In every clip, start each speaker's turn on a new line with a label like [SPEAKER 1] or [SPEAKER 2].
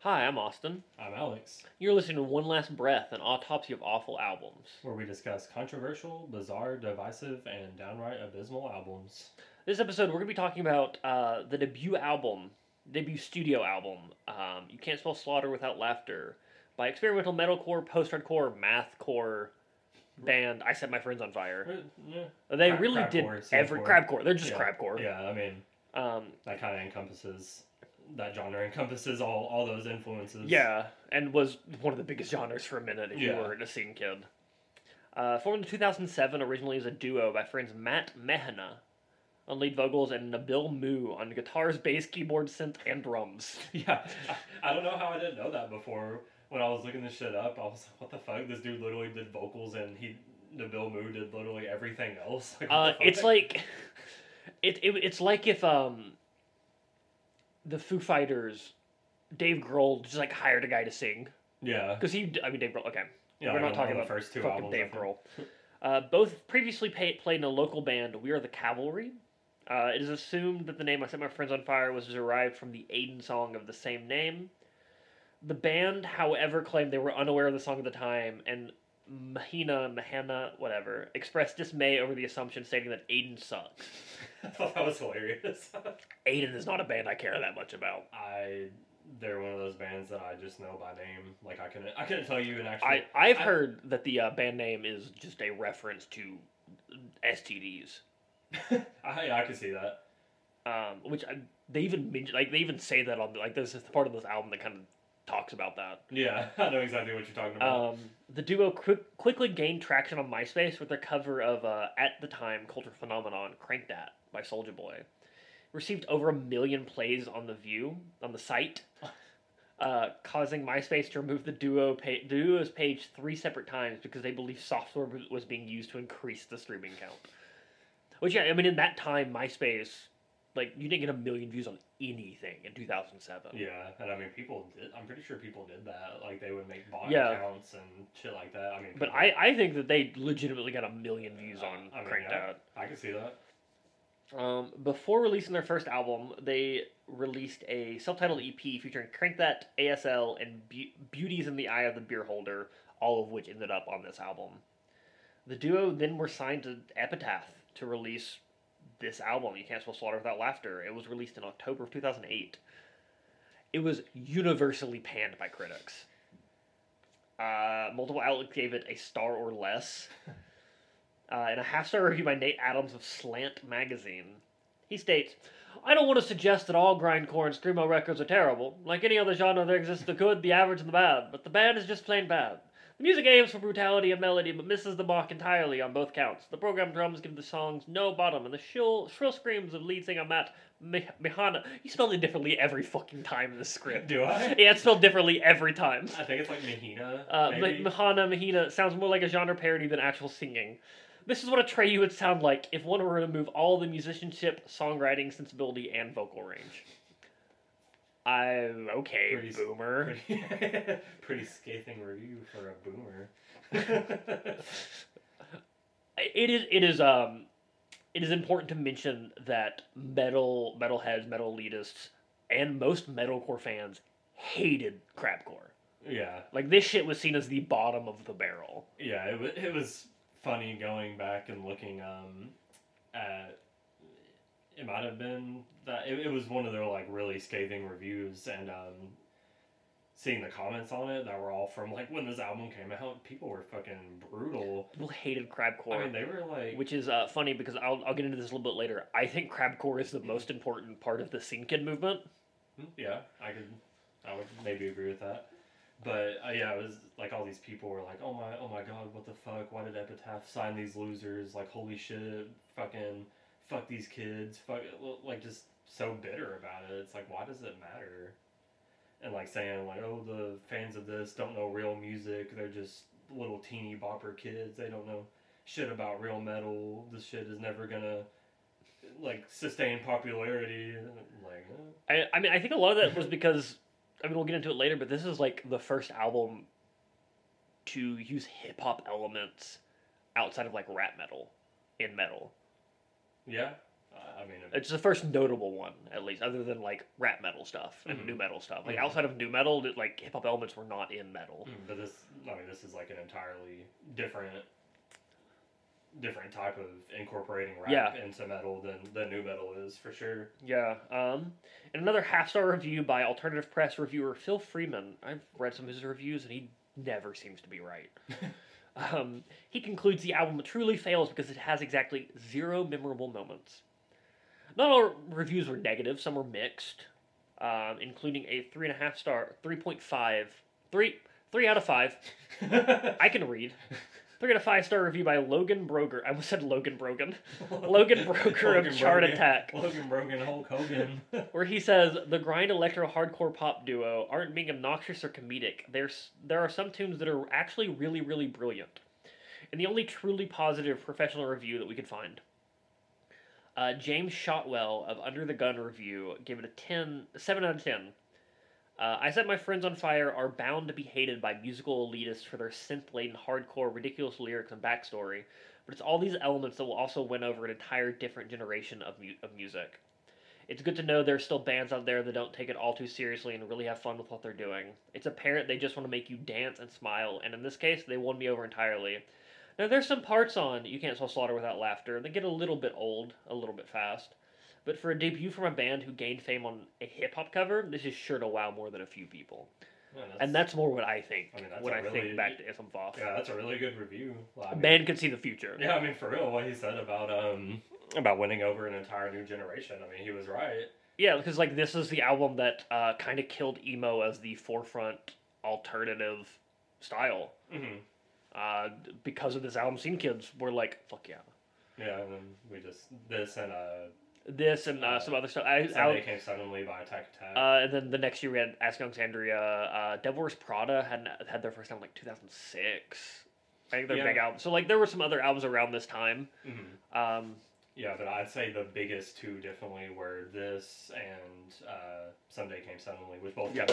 [SPEAKER 1] Hi, I'm Austin.
[SPEAKER 2] I'm Alex,
[SPEAKER 1] You're listening to One Last Breath, an autopsy of awful albums.
[SPEAKER 2] where we discuss controversial, bizarre, divisive, and downright abysmal albums.
[SPEAKER 1] This episode, we're going to be talking about uh, the debut album, debut studio album, um, You Can't Spell Slaughter Without Laughter, by experimental metalcore, post hardcore, mathcore band I Set My Friends on Fire.
[SPEAKER 2] Eh, yeah.
[SPEAKER 1] They
[SPEAKER 2] Crab-
[SPEAKER 1] really did
[SPEAKER 2] crabcore, synthcore.
[SPEAKER 1] every crabcore. They're just
[SPEAKER 2] yeah.
[SPEAKER 1] crabcore.
[SPEAKER 2] Yeah, I mean
[SPEAKER 1] Um,
[SPEAKER 2] that kind of encompasses that genre encompasses all all those influences.
[SPEAKER 1] Yeah, and was one of the biggest genres for a minute if you
[SPEAKER 2] Mm. Yeah.
[SPEAKER 1] were a scene kid. Uh, formed in 2007, originally as a duo by friends Matt Mehana on lead vocals and Nabil Moo on guitars, bass, keyboard, synth, and drums.
[SPEAKER 2] yeah. I, I don't know how I didn't know that before. When I was looking this shit up, I was like, "What the fuck? This dude literally did vocals, and he, the Bill Moo did literally everything else." Like, what
[SPEAKER 1] Uh,
[SPEAKER 2] the fuck?
[SPEAKER 1] it's like it, it, it's like if um the Foo Fighters Dave Grohl just like hired a guy to sing
[SPEAKER 2] yeah,
[SPEAKER 1] because he I mean Dave Grohl okay
[SPEAKER 2] yeah.
[SPEAKER 1] we're
[SPEAKER 2] like
[SPEAKER 1] not
[SPEAKER 2] on
[SPEAKER 1] talking
[SPEAKER 2] the
[SPEAKER 1] about
[SPEAKER 2] first two
[SPEAKER 1] fucking
[SPEAKER 2] albums. I
[SPEAKER 1] Dave
[SPEAKER 2] think.
[SPEAKER 1] Grohl. Uh, both previously pay, played in a local band, We Are the Cavalry. Uh, it is assumed that the name I Set My Friends on Fire was derived from the Aiden song of the same name. The band, however, claimed they were unaware of the song at the time, and Mahina, Mahana, whatever, expressed dismay over the assumption, stating that Aiden sucks.
[SPEAKER 2] I thought that was hilarious.
[SPEAKER 1] Aiden is not a band I care that much about.
[SPEAKER 2] I they're one of those bands that I just know by name. Like I couldn't I couldn't tell you an actual.
[SPEAKER 1] I, I've
[SPEAKER 2] I-
[SPEAKER 1] heard that the uh, band name is just a reference to STDs.
[SPEAKER 2] I, I could see that.
[SPEAKER 1] um, which I, they even men- like they even say that on like there's this part of this album that kind of talks about that.
[SPEAKER 2] Yeah, I know exactly what you're talking about.
[SPEAKER 1] Um, the duo quick, quickly gained traction on MySpace with their cover of uh, at the time culture phenomenon "Crank That" by Soldier Boy. Received over a million plays on the View on the site, uh, causing MySpace to remove the duo pa- duo's page three separate times because they believed software was- was being used to increase the streaming count. Which yeah, I mean in that time MySpace, like you didn't get a million views on anything in two thousand seven.
[SPEAKER 2] yeah, and I mean people did. I'm pretty sure people did that. Like they would make bot
[SPEAKER 1] Yeah.
[SPEAKER 2] accounts and shit like that. I mean,
[SPEAKER 1] But
[SPEAKER 2] people-
[SPEAKER 1] I, I think that they legitimately got a million views on
[SPEAKER 2] I mean,
[SPEAKER 1] Cranked
[SPEAKER 2] yeah. I could see that.
[SPEAKER 1] Out. Um, before releasing their first album, they released a self-titled EP featuring Crank That, ASL, and Be- Beauties in the Eye of the Beer Holder, all of which ended up on this album. The duo then were signed to Epitaph to release this album, You Can't Spell Slaughter Without Laughter. It was released in October of 2008. It was universally panned by critics. Uh, multiple outlets gave it a star or less. Uh, in a half star review by Nate Adams of Slant Magazine, he states, I don't want to suggest that all grindcore and screamo records are terrible. Like any other genre, there exists the good, the average, and the bad, but the bad is just plain bad. The music aims for brutality and melody, but misses the mark entirely on both counts. The program drums give the songs no bottom, and the shrill, shrill screams of lead singer Matt Mi- Mihana. You spelled it differently every fucking time in the script.
[SPEAKER 2] Do I?
[SPEAKER 1] Yeah, it's spelled differently every time.
[SPEAKER 2] I think it's like Mahina.
[SPEAKER 1] Uh, but
[SPEAKER 2] maybe.
[SPEAKER 1] Mahana Mahina sounds more like a genre parody than actual singing. This is what a Treyu would sound like if one were to move all the musicianship, songwriting, sensibility, and vocal range. I okay,
[SPEAKER 2] Pretty s-
[SPEAKER 1] boomer.
[SPEAKER 2] pretty, pretty scathing review for a boomer.
[SPEAKER 1] It is. It is. Um, it is important to mention that metal, metalheads, metal elitists, and most metalcore fans hated crabcore.
[SPEAKER 2] yeah.
[SPEAKER 1] Like this shit was seen as the bottom of the barrel.
[SPEAKER 2] Yeah, it, wa- it was funny going back and looking um, at. It might have been that it, it was one of their like really scathing reviews and um, seeing the comments on it that were all from like when this album came out, people were fucking brutal.
[SPEAKER 1] People hated crabcore.
[SPEAKER 2] I mean, they were like,
[SPEAKER 1] Which is uh, funny because I'll, I'll get into this a little bit later. I think crabcore is the most important part of the Sinkin movement.
[SPEAKER 2] Hmm, yeah, I could, I would maybe agree with that. But uh, yeah, it was like all these people were like, "Oh my, oh my God, what the fuck? Why did Epitaph sign these losers? Like, holy shit, fucking, fuck these kids, fuck, like just so bitter about it. It's like, why does it matter? And like saying like, oh, the fans of this don't know real music. They're just little teeny bopper kids. They don't know shit about real metal. This shit is never gonna like sustain popularity. Like, eh.
[SPEAKER 1] I, I mean, I think a lot of that was because, I mean, we'll get into it later, but this is like the first album to use hip hop elements outside of like rap metal in metal.
[SPEAKER 2] Yeah, I- I mean,
[SPEAKER 1] It's the first notable one, at least, other than like rap metal stuff and
[SPEAKER 2] Mhm.
[SPEAKER 1] new metal stuff. Like
[SPEAKER 2] Yeah.
[SPEAKER 1] outside of new metal, that, like hip hop elements were not in metal.
[SPEAKER 2] but this, I mean, this is like an entirely different, different type of incorporating rap
[SPEAKER 1] Yeah.
[SPEAKER 2] into metal than than new metal is for sure.
[SPEAKER 1] Yeah. Um, and another half star review by alternative press reviewer Phil Freeman. I've read some of his reviews, and he never seems to be right. um, he concludes the album truly fails because it has exactly zero memorable moments. Not all reviews were negative; some were mixed, um, including a three and a half star, three point five, three three out of five. I can read. Look at a five star review by Logan Broger. I almost said Logan Brogan. Logan Broker of Chart
[SPEAKER 2] Brogan-
[SPEAKER 1] Attack.
[SPEAKER 2] Logan Brogan, Hulk Hogan.
[SPEAKER 1] where he says the grind electro hardcore pop duo aren't being obnoxious or comedic. There's there are some tunes that are actually really really brilliant, and the only truly positive professional review that we could find. Uh, James Shotwell of Under the Gun Review gave it a 10, 7 out of 10. Uh, I Set My Friends on Fire are bound to be hated by musical elitists for their synth laden hardcore, ridiculous lyrics, and backstory, but it's all these elements that will also win over an entire different generation of, mu- of music it's good to know there's still bands out there that don't take it all too seriously and really have fun with what they're doing. It's apparent they just want to make you dance and smile, and in this case, they won me over entirely. Now, there's some parts on You Can't Sell Slaughter Without Laughter that get a little bit old, a little bit fast, but for a debut from a band who gained fame on a hip hop cover, this is sure to wow more than a few people.
[SPEAKER 2] Yeah,
[SPEAKER 1] And that's more what I think
[SPEAKER 2] I mean, that's
[SPEAKER 1] when
[SPEAKER 2] a
[SPEAKER 1] I
[SPEAKER 2] really-
[SPEAKER 1] think back to If'em Foff.
[SPEAKER 2] yeah, that's a really good review. Well, I
[SPEAKER 1] A
[SPEAKER 2] mean,
[SPEAKER 1] band could see the future.
[SPEAKER 2] Yeah, I mean, for real, what he said about um about winning over an entire new generation. I mean, he was right.
[SPEAKER 1] Yeah, because like this is the album that uh, kind of killed emo as the forefront alternative style.
[SPEAKER 2] hmm
[SPEAKER 1] uh, because of this album, Scene Kids were like, fuck yeah.
[SPEAKER 2] Yeah, and then we just this and uh
[SPEAKER 1] This and uh,
[SPEAKER 2] Uh,
[SPEAKER 1] some other stuff. I,
[SPEAKER 2] Sunday
[SPEAKER 1] out,
[SPEAKER 2] came suddenly by Attack Attack.
[SPEAKER 1] uh, and then the next year we had Ask Alexandria. Uh, Devil Wears Prada had had their first album like 2006. I think their
[SPEAKER 2] Yeah.
[SPEAKER 1] big album. So like there were some other albums around this time.
[SPEAKER 2] Mhm.
[SPEAKER 1] Um,
[SPEAKER 2] Yeah, but I'd say the biggest two definitely were this and uh, Sunday Came Suddenly, which both
[SPEAKER 1] Yeah.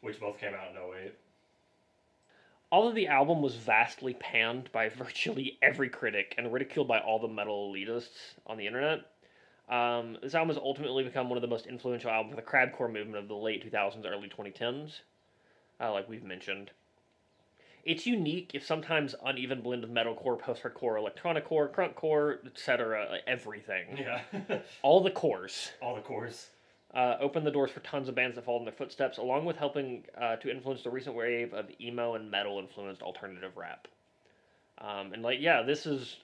[SPEAKER 2] which both came out in 08.
[SPEAKER 1] although the album was vastly panned by virtually every critic and ridiculed by all the metal elitists on the internet, um, this album has ultimately become one of the most influential albums for the crabcore movement of the late 2000s, early 2010s, uh, like we've mentioned. It's unique, if sometimes uneven blend of metalcore, post-hardcore, electronicore, crunkcore, etc., everything.
[SPEAKER 2] Yeah,
[SPEAKER 1] All the cores
[SPEAKER 2] all the cores.
[SPEAKER 1] uh, opened the doors for tons of bands that followed in their footsteps, along with helping uh, to influence the recent wave of emo and metal influenced alternative rap. Um, and like, yeah, this is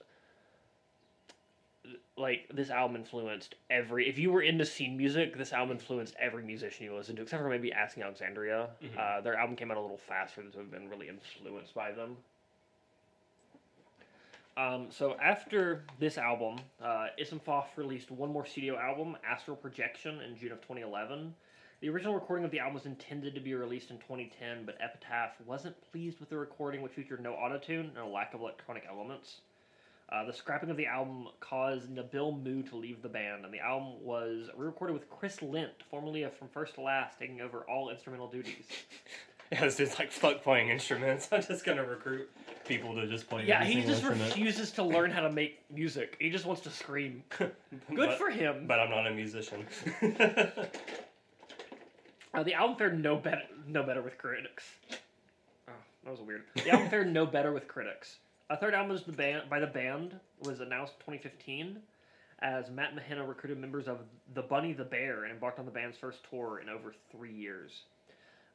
[SPEAKER 1] like this album influenced every. If you were into scene music, this album influenced every musician you listened to, except for maybe Asking Alexandria.
[SPEAKER 2] Mhm.
[SPEAKER 1] Uh, their album came out a little faster, so have been really influenced by them. Um, so after this album, uh, Isenfoff released one more studio album, Astral Projection, in June of 2011. The original recording of the album was intended to be released in 2010, but Epitaph wasn't pleased with the recording, which featured no autotune and a lack of electronic elements. Uh, the scrapping of the album caused Nabil Moo to leave the band, and the album was re-recorded with Chris Lint, formerly of From First to Last, taking over all instrumental duties.
[SPEAKER 2] Yeah, this dude's like, fuck playing instruments. I'm just gonna recruit people to just play
[SPEAKER 1] yeah,
[SPEAKER 2] every
[SPEAKER 1] he
[SPEAKER 2] single
[SPEAKER 1] just
[SPEAKER 2] instrument.
[SPEAKER 1] refuses to learn how to make music. He just wants to scream. Good
[SPEAKER 2] but,
[SPEAKER 1] for him.
[SPEAKER 2] But I'm not a musician.
[SPEAKER 1] Uh, the album fared no better, no better with critics. Oh, that was weird. The album fared no better with critics. A third album was the band by the band was announced in 2015, as Matt Mahena recruited members of the Bunny the Bear and embarked on the band's first tour in over three years.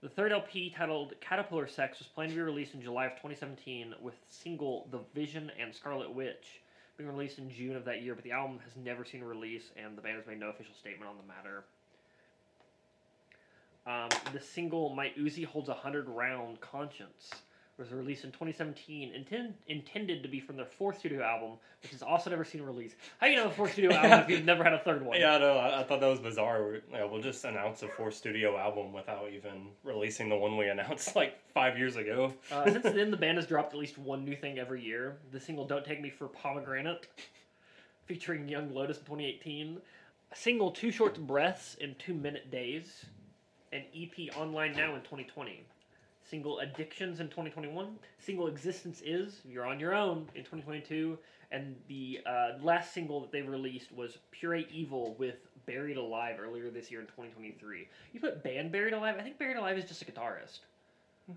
[SPEAKER 1] The third LP, titled Caterpillar Sex, was planned to be released in July of 2017 with single The Vision and Scarlet Witch being released in June of that year, but the album has never seen a release and the band has made no official statement on the matter. Um, the single My Uzi Holds a Hundred Round Conscience was released in 2017, intend, intended to be from their fourth studio album, which has also never seen a release. How do you know a fourth studio album if you've never had a third one?
[SPEAKER 2] yeah, no, I, I thought that was bizarre. We- yeah, we'll just announce a four studio album without even releasing the one we announced like five years ago.
[SPEAKER 1] Uh, since then, the band has dropped at least one new thing every year. The single Don't Take Me for Pomegranate, featuring Young Lotus in 2018. A single Two E Short Breaths in Two Minute Days. An EP online now in 2020. Single Addictions in 2021, Single Existence Is You're On Your Own in 2022, and the uh, last single that they released was Pure Evil with Buried Alive earlier this year in 2023. You put band Buried Alive? I think Buried Alive is just a guitarist.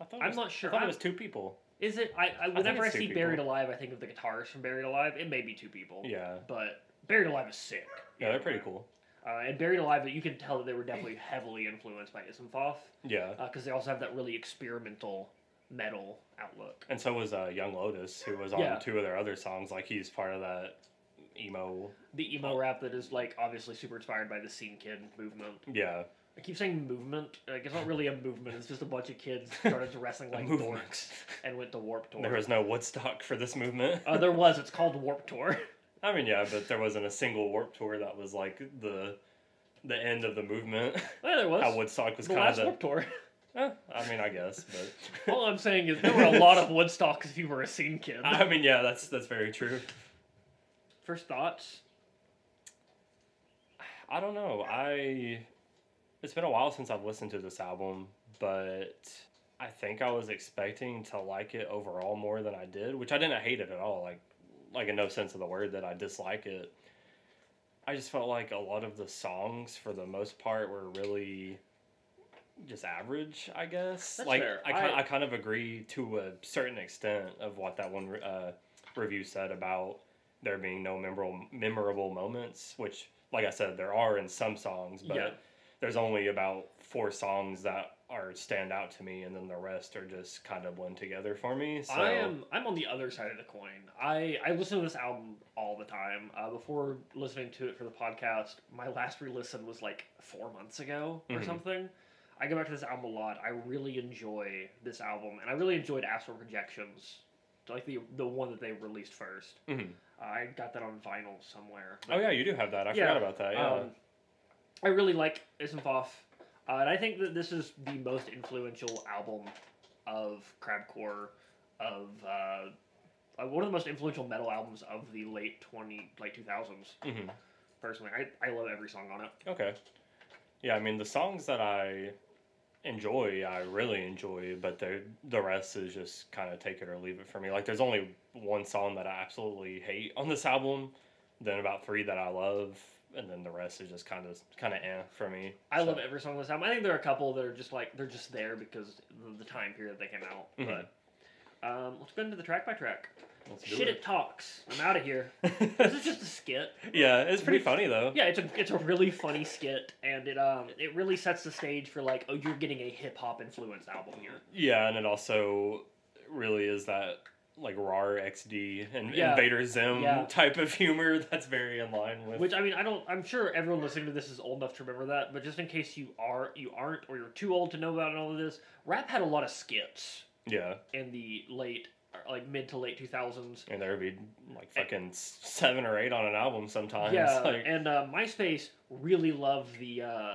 [SPEAKER 2] I thought it
[SPEAKER 1] I'm
[SPEAKER 2] was,
[SPEAKER 1] not sure.
[SPEAKER 2] I thought
[SPEAKER 1] I'm-
[SPEAKER 2] it was two people.
[SPEAKER 1] Is it? I, I whenever I,
[SPEAKER 2] it's two
[SPEAKER 1] see
[SPEAKER 2] people.
[SPEAKER 1] Buried Alive, I think of the guitarist from Buried Alive. It may be two people.
[SPEAKER 2] Yeah.
[SPEAKER 1] But Buried Alive is sick.
[SPEAKER 2] Yeah, they're pretty cool.
[SPEAKER 1] Uh, and Buried Alive, you can tell that they were definitely heavily influenced by Ismuthoff
[SPEAKER 2] Yeah.
[SPEAKER 1] because they also have that really experimental metal outlook.
[SPEAKER 2] And so was uh, Young Lotus, who was on
[SPEAKER 1] Yeah.
[SPEAKER 2] two of their other songs. Like he's part of that emo.
[SPEAKER 1] The
[SPEAKER 2] Oh.
[SPEAKER 1] emo rap that is like obviously super inspired by the scene kid movement.
[SPEAKER 2] Yeah.
[SPEAKER 1] I keep saying movement. Like it's not really a movement. It's just a bunch of kids started dressing like
[SPEAKER 2] Movement.
[SPEAKER 1] dorks and went to Warp Tour.
[SPEAKER 2] There was no Woodstock for this movement.
[SPEAKER 1] uh, there was. It's called Warp Tour.
[SPEAKER 2] I mean, yeah, but there wasn't a single Warp Tour that was like the the end of the movement.
[SPEAKER 1] yeah, there was.
[SPEAKER 2] How Woodstock was
[SPEAKER 1] the
[SPEAKER 2] kind of
[SPEAKER 1] last
[SPEAKER 2] the.
[SPEAKER 1] Warp Tour.
[SPEAKER 2] Eh, I mean, I guess, but
[SPEAKER 1] All I'm saying is there were a lot of Woodstocks if you were a scene kid.
[SPEAKER 2] I mean, yeah, that's that's very true.
[SPEAKER 1] First thoughts?
[SPEAKER 2] I don't know. I it's been a while since I've listened to this album, but I think I was expecting to like it overall more than I did, which I didn't hate it at all. Like like in no sense of the word that I dislike it. I just felt like a lot of the songs for the most part were really just average, I guess.
[SPEAKER 1] That's
[SPEAKER 2] like
[SPEAKER 1] fair.
[SPEAKER 2] I, ki-
[SPEAKER 1] I-
[SPEAKER 2] I kind of agree to a certain extent of what that one re- uh, review said about there being no memorable memorable moments, which like I said, there are in some songs, but
[SPEAKER 1] Yeah.
[SPEAKER 2] there's only about four songs that are stand out to me, and then the rest are just kind of blend together for me. So
[SPEAKER 1] I am I'm on the other side of the coin. I I listen to this album all the time. Uh, before listening to it for the podcast, my last re-listen was like four months ago or
[SPEAKER 2] Mhm.
[SPEAKER 1] something. I go back to this album a lot. I really enjoy this album, and I really enjoyed Astral Projections, like the the one that they released first.
[SPEAKER 2] Mhm.
[SPEAKER 1] I got that on vinyl somewhere. but-
[SPEAKER 2] Oh yeah, you do have that. I
[SPEAKER 1] Yeah,
[SPEAKER 2] forgot about that. Yeah.
[SPEAKER 1] Um, I really like Ismfov, uh, and I think that this is the most influential album of crabcore, of uh, uh, one of the most influential metal albums of the late twenty late two thousands.
[SPEAKER 2] Mhm.
[SPEAKER 1] Personally, I, I love every song on it.
[SPEAKER 2] Okay. Yeah, I mean the songs that I enjoy, I really enjoy, but the the rest is just kind of take it or leave it for me. Like there's only one song that I absolutely hate on this album, then about three that I love, and then the rest is just kind of kind of eh for me.
[SPEAKER 1] I
[SPEAKER 2] So-
[SPEAKER 1] love every song on this album. I think there are a couple that are just like they're just there because of the time period they came out.
[SPEAKER 2] Mhm.
[SPEAKER 1] But um, let's go into the track by track.
[SPEAKER 2] Let's do
[SPEAKER 1] Shit, it.
[SPEAKER 2] it.
[SPEAKER 1] talks. I'm out of here. this is just a skit.
[SPEAKER 2] yeah, it's pretty
[SPEAKER 1] Which-
[SPEAKER 2] funny though.
[SPEAKER 1] Yeah, it's a it's a really funny skit, and it um it really sets the stage for like oh you're getting a hip hop influenced album here.
[SPEAKER 2] Yeah, and it also really is that like RAR XD and
[SPEAKER 1] Yeah.
[SPEAKER 2] Invader Zim
[SPEAKER 1] Yeah.
[SPEAKER 2] type of humor that's very in line with
[SPEAKER 1] Which I mean I don't I'm sure everyone listening to this is old enough to remember that, but just in case you are you aren't or you're too old to know about all of this, rap had a lot of skits
[SPEAKER 2] yeah.
[SPEAKER 1] in the late or, like mid to late two thousands.
[SPEAKER 2] And there would be like fucking s- seven or eight on an album sometimes.
[SPEAKER 1] Eh. Yeah,
[SPEAKER 2] like,
[SPEAKER 1] and uh, MySpace really loved the uh,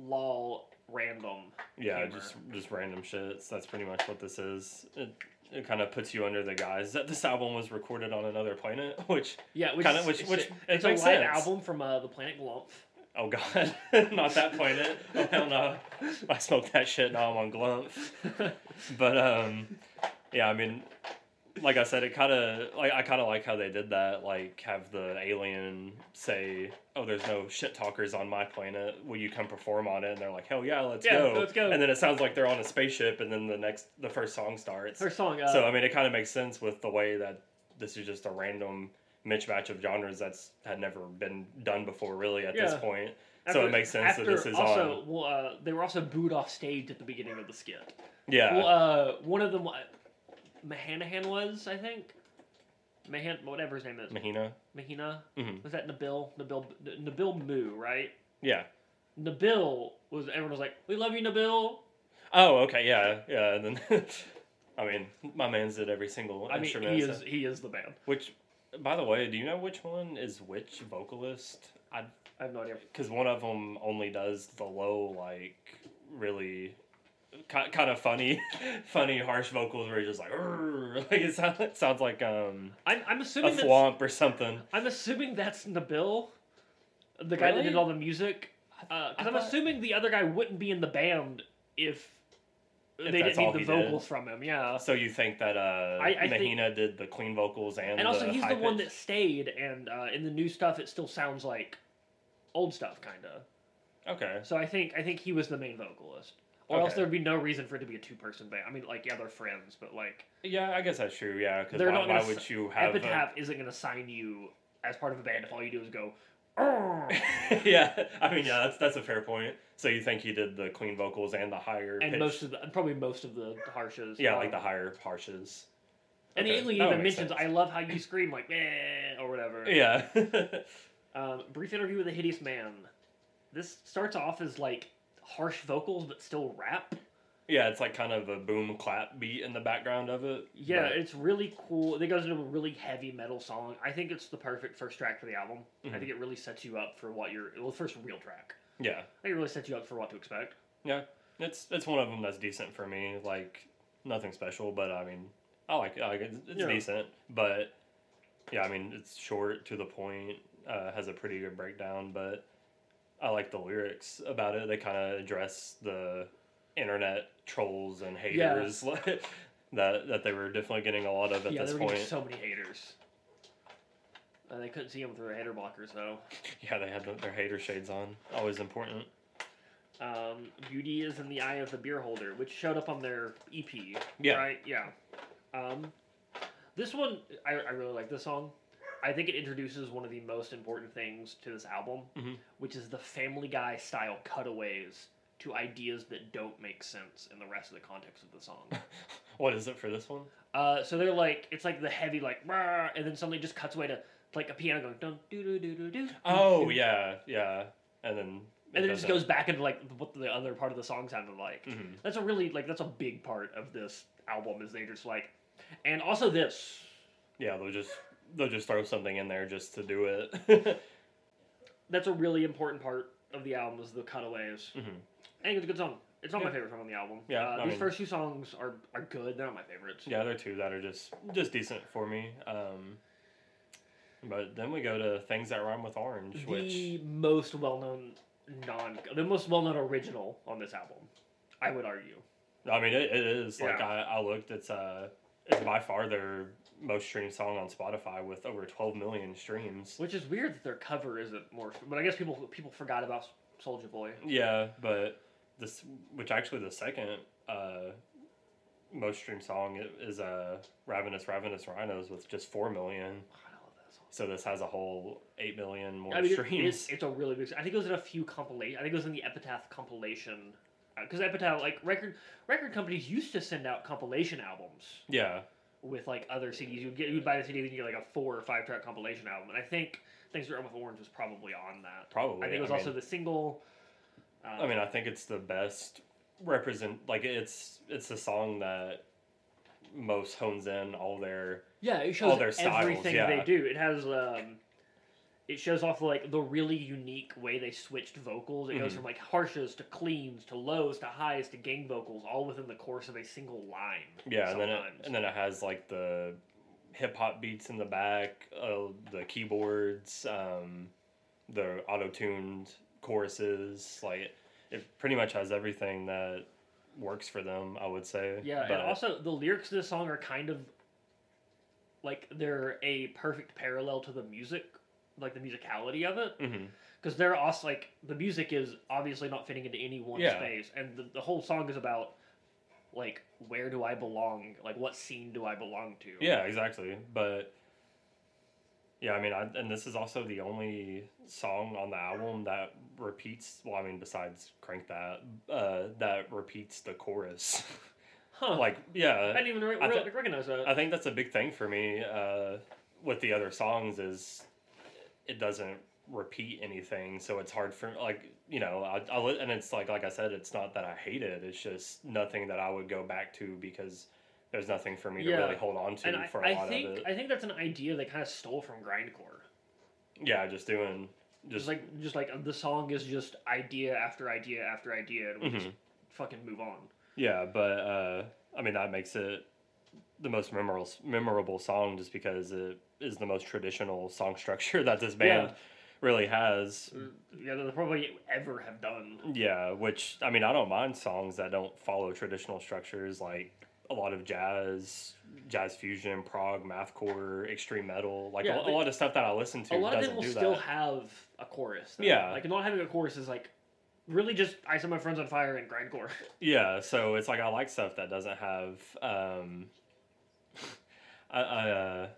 [SPEAKER 1] lol random.
[SPEAKER 2] yeah,
[SPEAKER 1] humor.
[SPEAKER 2] just just random shits. That's pretty much what this is. It, it kind of puts you under the guise that this album was recorded on another planet, which
[SPEAKER 1] Yeah, which
[SPEAKER 2] Kinda-
[SPEAKER 1] is-
[SPEAKER 2] which-
[SPEAKER 1] it's,
[SPEAKER 2] which-
[SPEAKER 1] it's, a live
[SPEAKER 2] it makes sense.
[SPEAKER 1] album from uh, the Planet Glump.
[SPEAKER 2] oh god, not that planet. Oh hell no, I smoked that shit. Now I'm on glump. But um, yeah, I mean, like I said, it kind of like I kind of like how they did that. Like have the alien say, "Oh, there's no shit talkers on my planet. Will you come perform on it?" And they're like, "Hell yeah, let's
[SPEAKER 1] Yeah,
[SPEAKER 2] go!"
[SPEAKER 1] let's go.
[SPEAKER 2] And then it sounds like they're on a spaceship, and then the next the first song starts.
[SPEAKER 1] Her song. Uh,
[SPEAKER 2] so I mean, it kind of makes sense with the way that this is just a random mismatch of genres that's had never been done before, really, at this
[SPEAKER 1] Yeah.
[SPEAKER 2] point. so it makes sense that this is
[SPEAKER 1] also,
[SPEAKER 2] on.
[SPEAKER 1] Well, uh, they were also booed off stage at the beginning of the skit.
[SPEAKER 2] Yeah,
[SPEAKER 1] Well, uh, one of them, uh, Mahanahan was, I think. Mahan, whatever his name is,
[SPEAKER 2] Mahina.
[SPEAKER 1] Mahina.
[SPEAKER 2] Mhm.
[SPEAKER 1] Was that Nabil? Nabil, N- Nabil Moo, right?
[SPEAKER 2] Yeah.
[SPEAKER 1] Nabil was. Everyone was like, "We love you, Nabil."
[SPEAKER 2] Oh, okay, yeah, yeah. And then, I mean, my man's did every single
[SPEAKER 1] I mean,
[SPEAKER 2] instrument.
[SPEAKER 1] he
[SPEAKER 2] so-
[SPEAKER 1] is he is the band.
[SPEAKER 2] Which, by the way, do you know which one is which vocalist? I
[SPEAKER 1] I have no idea.
[SPEAKER 2] because one of them only does the low, like really, ki- kind of funny, funny harsh vocals where he's just like, "Arr," like it, sound, it sounds like um
[SPEAKER 1] I'm I'm
[SPEAKER 2] a
[SPEAKER 1] assuming that's,
[SPEAKER 2] thwomp or something.
[SPEAKER 1] I'm assuming that's Nabil, the guy that
[SPEAKER 2] Really?
[SPEAKER 1] did all the music. Because
[SPEAKER 2] I
[SPEAKER 1] I'm
[SPEAKER 2] thought-
[SPEAKER 1] assuming the other guy wouldn't be in the band if
[SPEAKER 2] If
[SPEAKER 1] they
[SPEAKER 2] that's
[SPEAKER 1] didn't
[SPEAKER 2] all
[SPEAKER 1] need the
[SPEAKER 2] he
[SPEAKER 1] vocals
[SPEAKER 2] did.
[SPEAKER 1] from him. Yeah.
[SPEAKER 2] So you think that uh,
[SPEAKER 1] I- I think-
[SPEAKER 2] Mahina did the clean vocals and,
[SPEAKER 1] and also
[SPEAKER 2] the
[SPEAKER 1] he's
[SPEAKER 2] high
[SPEAKER 1] the one
[SPEAKER 2] pitch?
[SPEAKER 1] that stayed and uh, in the new stuff it still sounds like old stuff kind of
[SPEAKER 2] okay.
[SPEAKER 1] so i think i think he was the main vocalist or else
[SPEAKER 2] Okay.
[SPEAKER 1] there'd be no reason for it to be a two-person band i mean like yeah they're friends but like
[SPEAKER 2] Yeah, I guess that's true. Yeah, because
[SPEAKER 1] They're
[SPEAKER 2] why,
[SPEAKER 1] not
[SPEAKER 2] why
[SPEAKER 1] gonna
[SPEAKER 2] would
[SPEAKER 1] s-
[SPEAKER 2] you have? a-
[SPEAKER 1] epitaph isn't going to sign you as part of a band if all you do is go "Arr,"
[SPEAKER 2] yeah, I mean, yeah, that's that's a fair point. So you think he did the clean vocals and the higher
[SPEAKER 1] and
[SPEAKER 2] pitch-
[SPEAKER 1] most of the and probably most of the harshes
[SPEAKER 2] yeah, like the
[SPEAKER 1] um,
[SPEAKER 2] higher harshes.
[SPEAKER 1] and
[SPEAKER 2] okay,
[SPEAKER 1] he even
[SPEAKER 2] that would make
[SPEAKER 1] mentions
[SPEAKER 2] sense.
[SPEAKER 1] i love how you scream like eh, or whatever
[SPEAKER 2] Yeah,
[SPEAKER 1] Um, brief interview with a hideous man. This starts off as like harsh vocals, but still rap.
[SPEAKER 2] yeah, it's like kind of a boom clap beat in the background of it.
[SPEAKER 1] Yeah,
[SPEAKER 2] but-
[SPEAKER 1] it's really cool. It goes into a really heavy metal song. I think it's the perfect first track for the album. I
[SPEAKER 2] Mhm.
[SPEAKER 1] think it really sets you up for what you're. Well, first real track.
[SPEAKER 2] yeah,
[SPEAKER 1] I think it really sets you up for what to expect.
[SPEAKER 2] yeah. It's it's one of them that's decent for me. Like nothing special, but I mean, I like it. I like it. It's
[SPEAKER 1] Yeah.
[SPEAKER 2] decent, but yeah, I mean, it's short to the point. Uh, has a pretty good breakdown, but I like the lyrics about it. They kind of address the internet trolls and haters that that they were definitely getting a lot of at
[SPEAKER 1] yeah,
[SPEAKER 2] this
[SPEAKER 1] they were getting
[SPEAKER 2] point.
[SPEAKER 1] so many haters. And they couldn't see him through their hater blockers though.
[SPEAKER 2] yeah, they had the, their hater shades on. Always important.
[SPEAKER 1] Um, Beauty is in the eye of the beer holder, which showed up on their E EP.
[SPEAKER 2] Yeah.
[SPEAKER 1] Right? Yeah. Um, this one, I, I really like this song. I think it introduces one of the most important things to this album,
[SPEAKER 2] Mhm.
[SPEAKER 1] which is the Family Guy style cutaways to ideas that don't make sense in the rest of the context of the song.
[SPEAKER 2] What is it for this one?
[SPEAKER 1] uh, so they're like, it's like the heavy, like, "Rah," and then suddenly just cuts away to like a piano going, dun, doo, doo, doo, doo, doo.
[SPEAKER 2] Oh yeah, yeah, and then
[SPEAKER 1] And then it just goes back into like what the other part of the song sounded like.
[SPEAKER 2] hmm
[SPEAKER 1] That's a really like that's a big part of this album is they just like, and also this.
[SPEAKER 2] Yeah, they'll just they'll just throw something in there just to do it.
[SPEAKER 1] That's a really important part of the album is the cutaways.
[SPEAKER 2] Mhm.
[SPEAKER 1] I think it's a good song. It's not my
[SPEAKER 2] Yeah.
[SPEAKER 1] favorite song on the album.
[SPEAKER 2] Yeah,
[SPEAKER 1] uh,
[SPEAKER 2] I
[SPEAKER 1] these
[SPEAKER 2] mean-
[SPEAKER 1] first two songs are are good. They're not my favorites.
[SPEAKER 2] yeah, there are two that are just just decent for me. Um, but then we go to things that rhyme with orange, which
[SPEAKER 1] the most well known non the most well known original on this album, I would argue.
[SPEAKER 2] I mean it, it is like
[SPEAKER 1] Yeah.
[SPEAKER 2] I, I looked it's uh it's by far their most streamed song on Spotify with over twelve million streams.
[SPEAKER 1] Which is weird that their cover isn't more, but I guess people people forgot about Soldier Boy.
[SPEAKER 2] Yeah, but this, which actually the second uh, most streamed song i- is uh, "Ravenous Ravenous Rhinos" with just four million.
[SPEAKER 1] I love that song.
[SPEAKER 2] So this has a whole eight million more
[SPEAKER 1] I mean, it-
[SPEAKER 2] streams.
[SPEAKER 1] It's, it's a really big. I think it was in a few compilation. I think it was in the Epitaph compilation, because Epitaph like record record companies used to send out compilation albums
[SPEAKER 2] yeah,
[SPEAKER 1] with like other CDs. You'd get you'd buy the CD and you get like a four or five track compilation album. And I think Things That Run with Orange was probably on that.
[SPEAKER 2] probably.
[SPEAKER 1] I think it was also
[SPEAKER 2] mean,
[SPEAKER 1] the single. Um,
[SPEAKER 2] I mean, I think it's the best represent. Like it's it's the song that most hones in all their
[SPEAKER 1] yeah, it shows
[SPEAKER 2] all their styles,
[SPEAKER 1] everything
[SPEAKER 2] yeah.
[SPEAKER 1] they do. It has. um it shows off like the really unique way they switched vocals. It goes
[SPEAKER 2] Mhm.
[SPEAKER 1] from like harshes to cleans to lows to highs to gang vocals, all within the course of a single line.
[SPEAKER 2] yeah, and then it,
[SPEAKER 1] sometimes.
[SPEAKER 2] and then it has like the hip hop beats in the back, uh, the keyboards, um, the auto tuned choruses. Like it, it pretty much has everything that works for them. I would say.
[SPEAKER 1] yeah,
[SPEAKER 2] but
[SPEAKER 1] and also the lyrics to this song are kind of like they're a perfect parallel to the music, like the musicality of it,
[SPEAKER 2] Mhm.
[SPEAKER 1] because they're also like the music is obviously not fitting into any one
[SPEAKER 2] Yeah.
[SPEAKER 1] space, and the, the whole song is about like where do I belong, like what scene do I belong to?
[SPEAKER 2] Yeah, exactly. But yeah, I mean, I, and this is also the only song on the album that repeats. Well, I mean, besides "Crank That," uh, that repeats the chorus.
[SPEAKER 1] huh?
[SPEAKER 2] like,
[SPEAKER 1] I
[SPEAKER 2] yeah,
[SPEAKER 1] didn't even re-
[SPEAKER 2] I
[SPEAKER 1] re-
[SPEAKER 2] thi-
[SPEAKER 1] recognize that.
[SPEAKER 2] I think that's a big thing for me uh, with the other songs is it doesn't repeat anything, so it's hard for like you know, I, I li- and it's like like I said, it's not that I hate it. It's just nothing that I would go back to because there's nothing for me to
[SPEAKER 1] Yeah.
[SPEAKER 2] really hold on to
[SPEAKER 1] and I,
[SPEAKER 2] for a
[SPEAKER 1] I
[SPEAKER 2] lot
[SPEAKER 1] think
[SPEAKER 2] of it.
[SPEAKER 1] I think that's an idea they kind of stole from grindcore.
[SPEAKER 2] Yeah, just doing
[SPEAKER 1] Just
[SPEAKER 2] just like
[SPEAKER 1] like just like the song is just idea after idea after idea, and we just
[SPEAKER 2] Mm-hmm.
[SPEAKER 1] fucking move on.
[SPEAKER 2] yeah, but uh, I mean that makes it the most memorable memorable song just because it is the most traditional song structure that this band really has.
[SPEAKER 1] Yeah, they'll probably ever have done.
[SPEAKER 2] Yeah, which I mean, I don't mind songs that don't follow traditional structures like a lot of jazz, jazz fusion, prog, mathcore, extreme metal. Like
[SPEAKER 1] Yeah,
[SPEAKER 2] a, a
[SPEAKER 1] they-
[SPEAKER 2] lot of stuff that I listen
[SPEAKER 1] A
[SPEAKER 2] to
[SPEAKER 1] lot of
[SPEAKER 2] doesn't
[SPEAKER 1] them will
[SPEAKER 2] do
[SPEAKER 1] still
[SPEAKER 2] that.
[SPEAKER 1] have a chorus. though.
[SPEAKER 2] Yeah.
[SPEAKER 1] like not having a chorus is like really just I set my friends on fire and grindcore.
[SPEAKER 2] yeah, so it's like I like stuff that doesn't have. Um, I I, uh,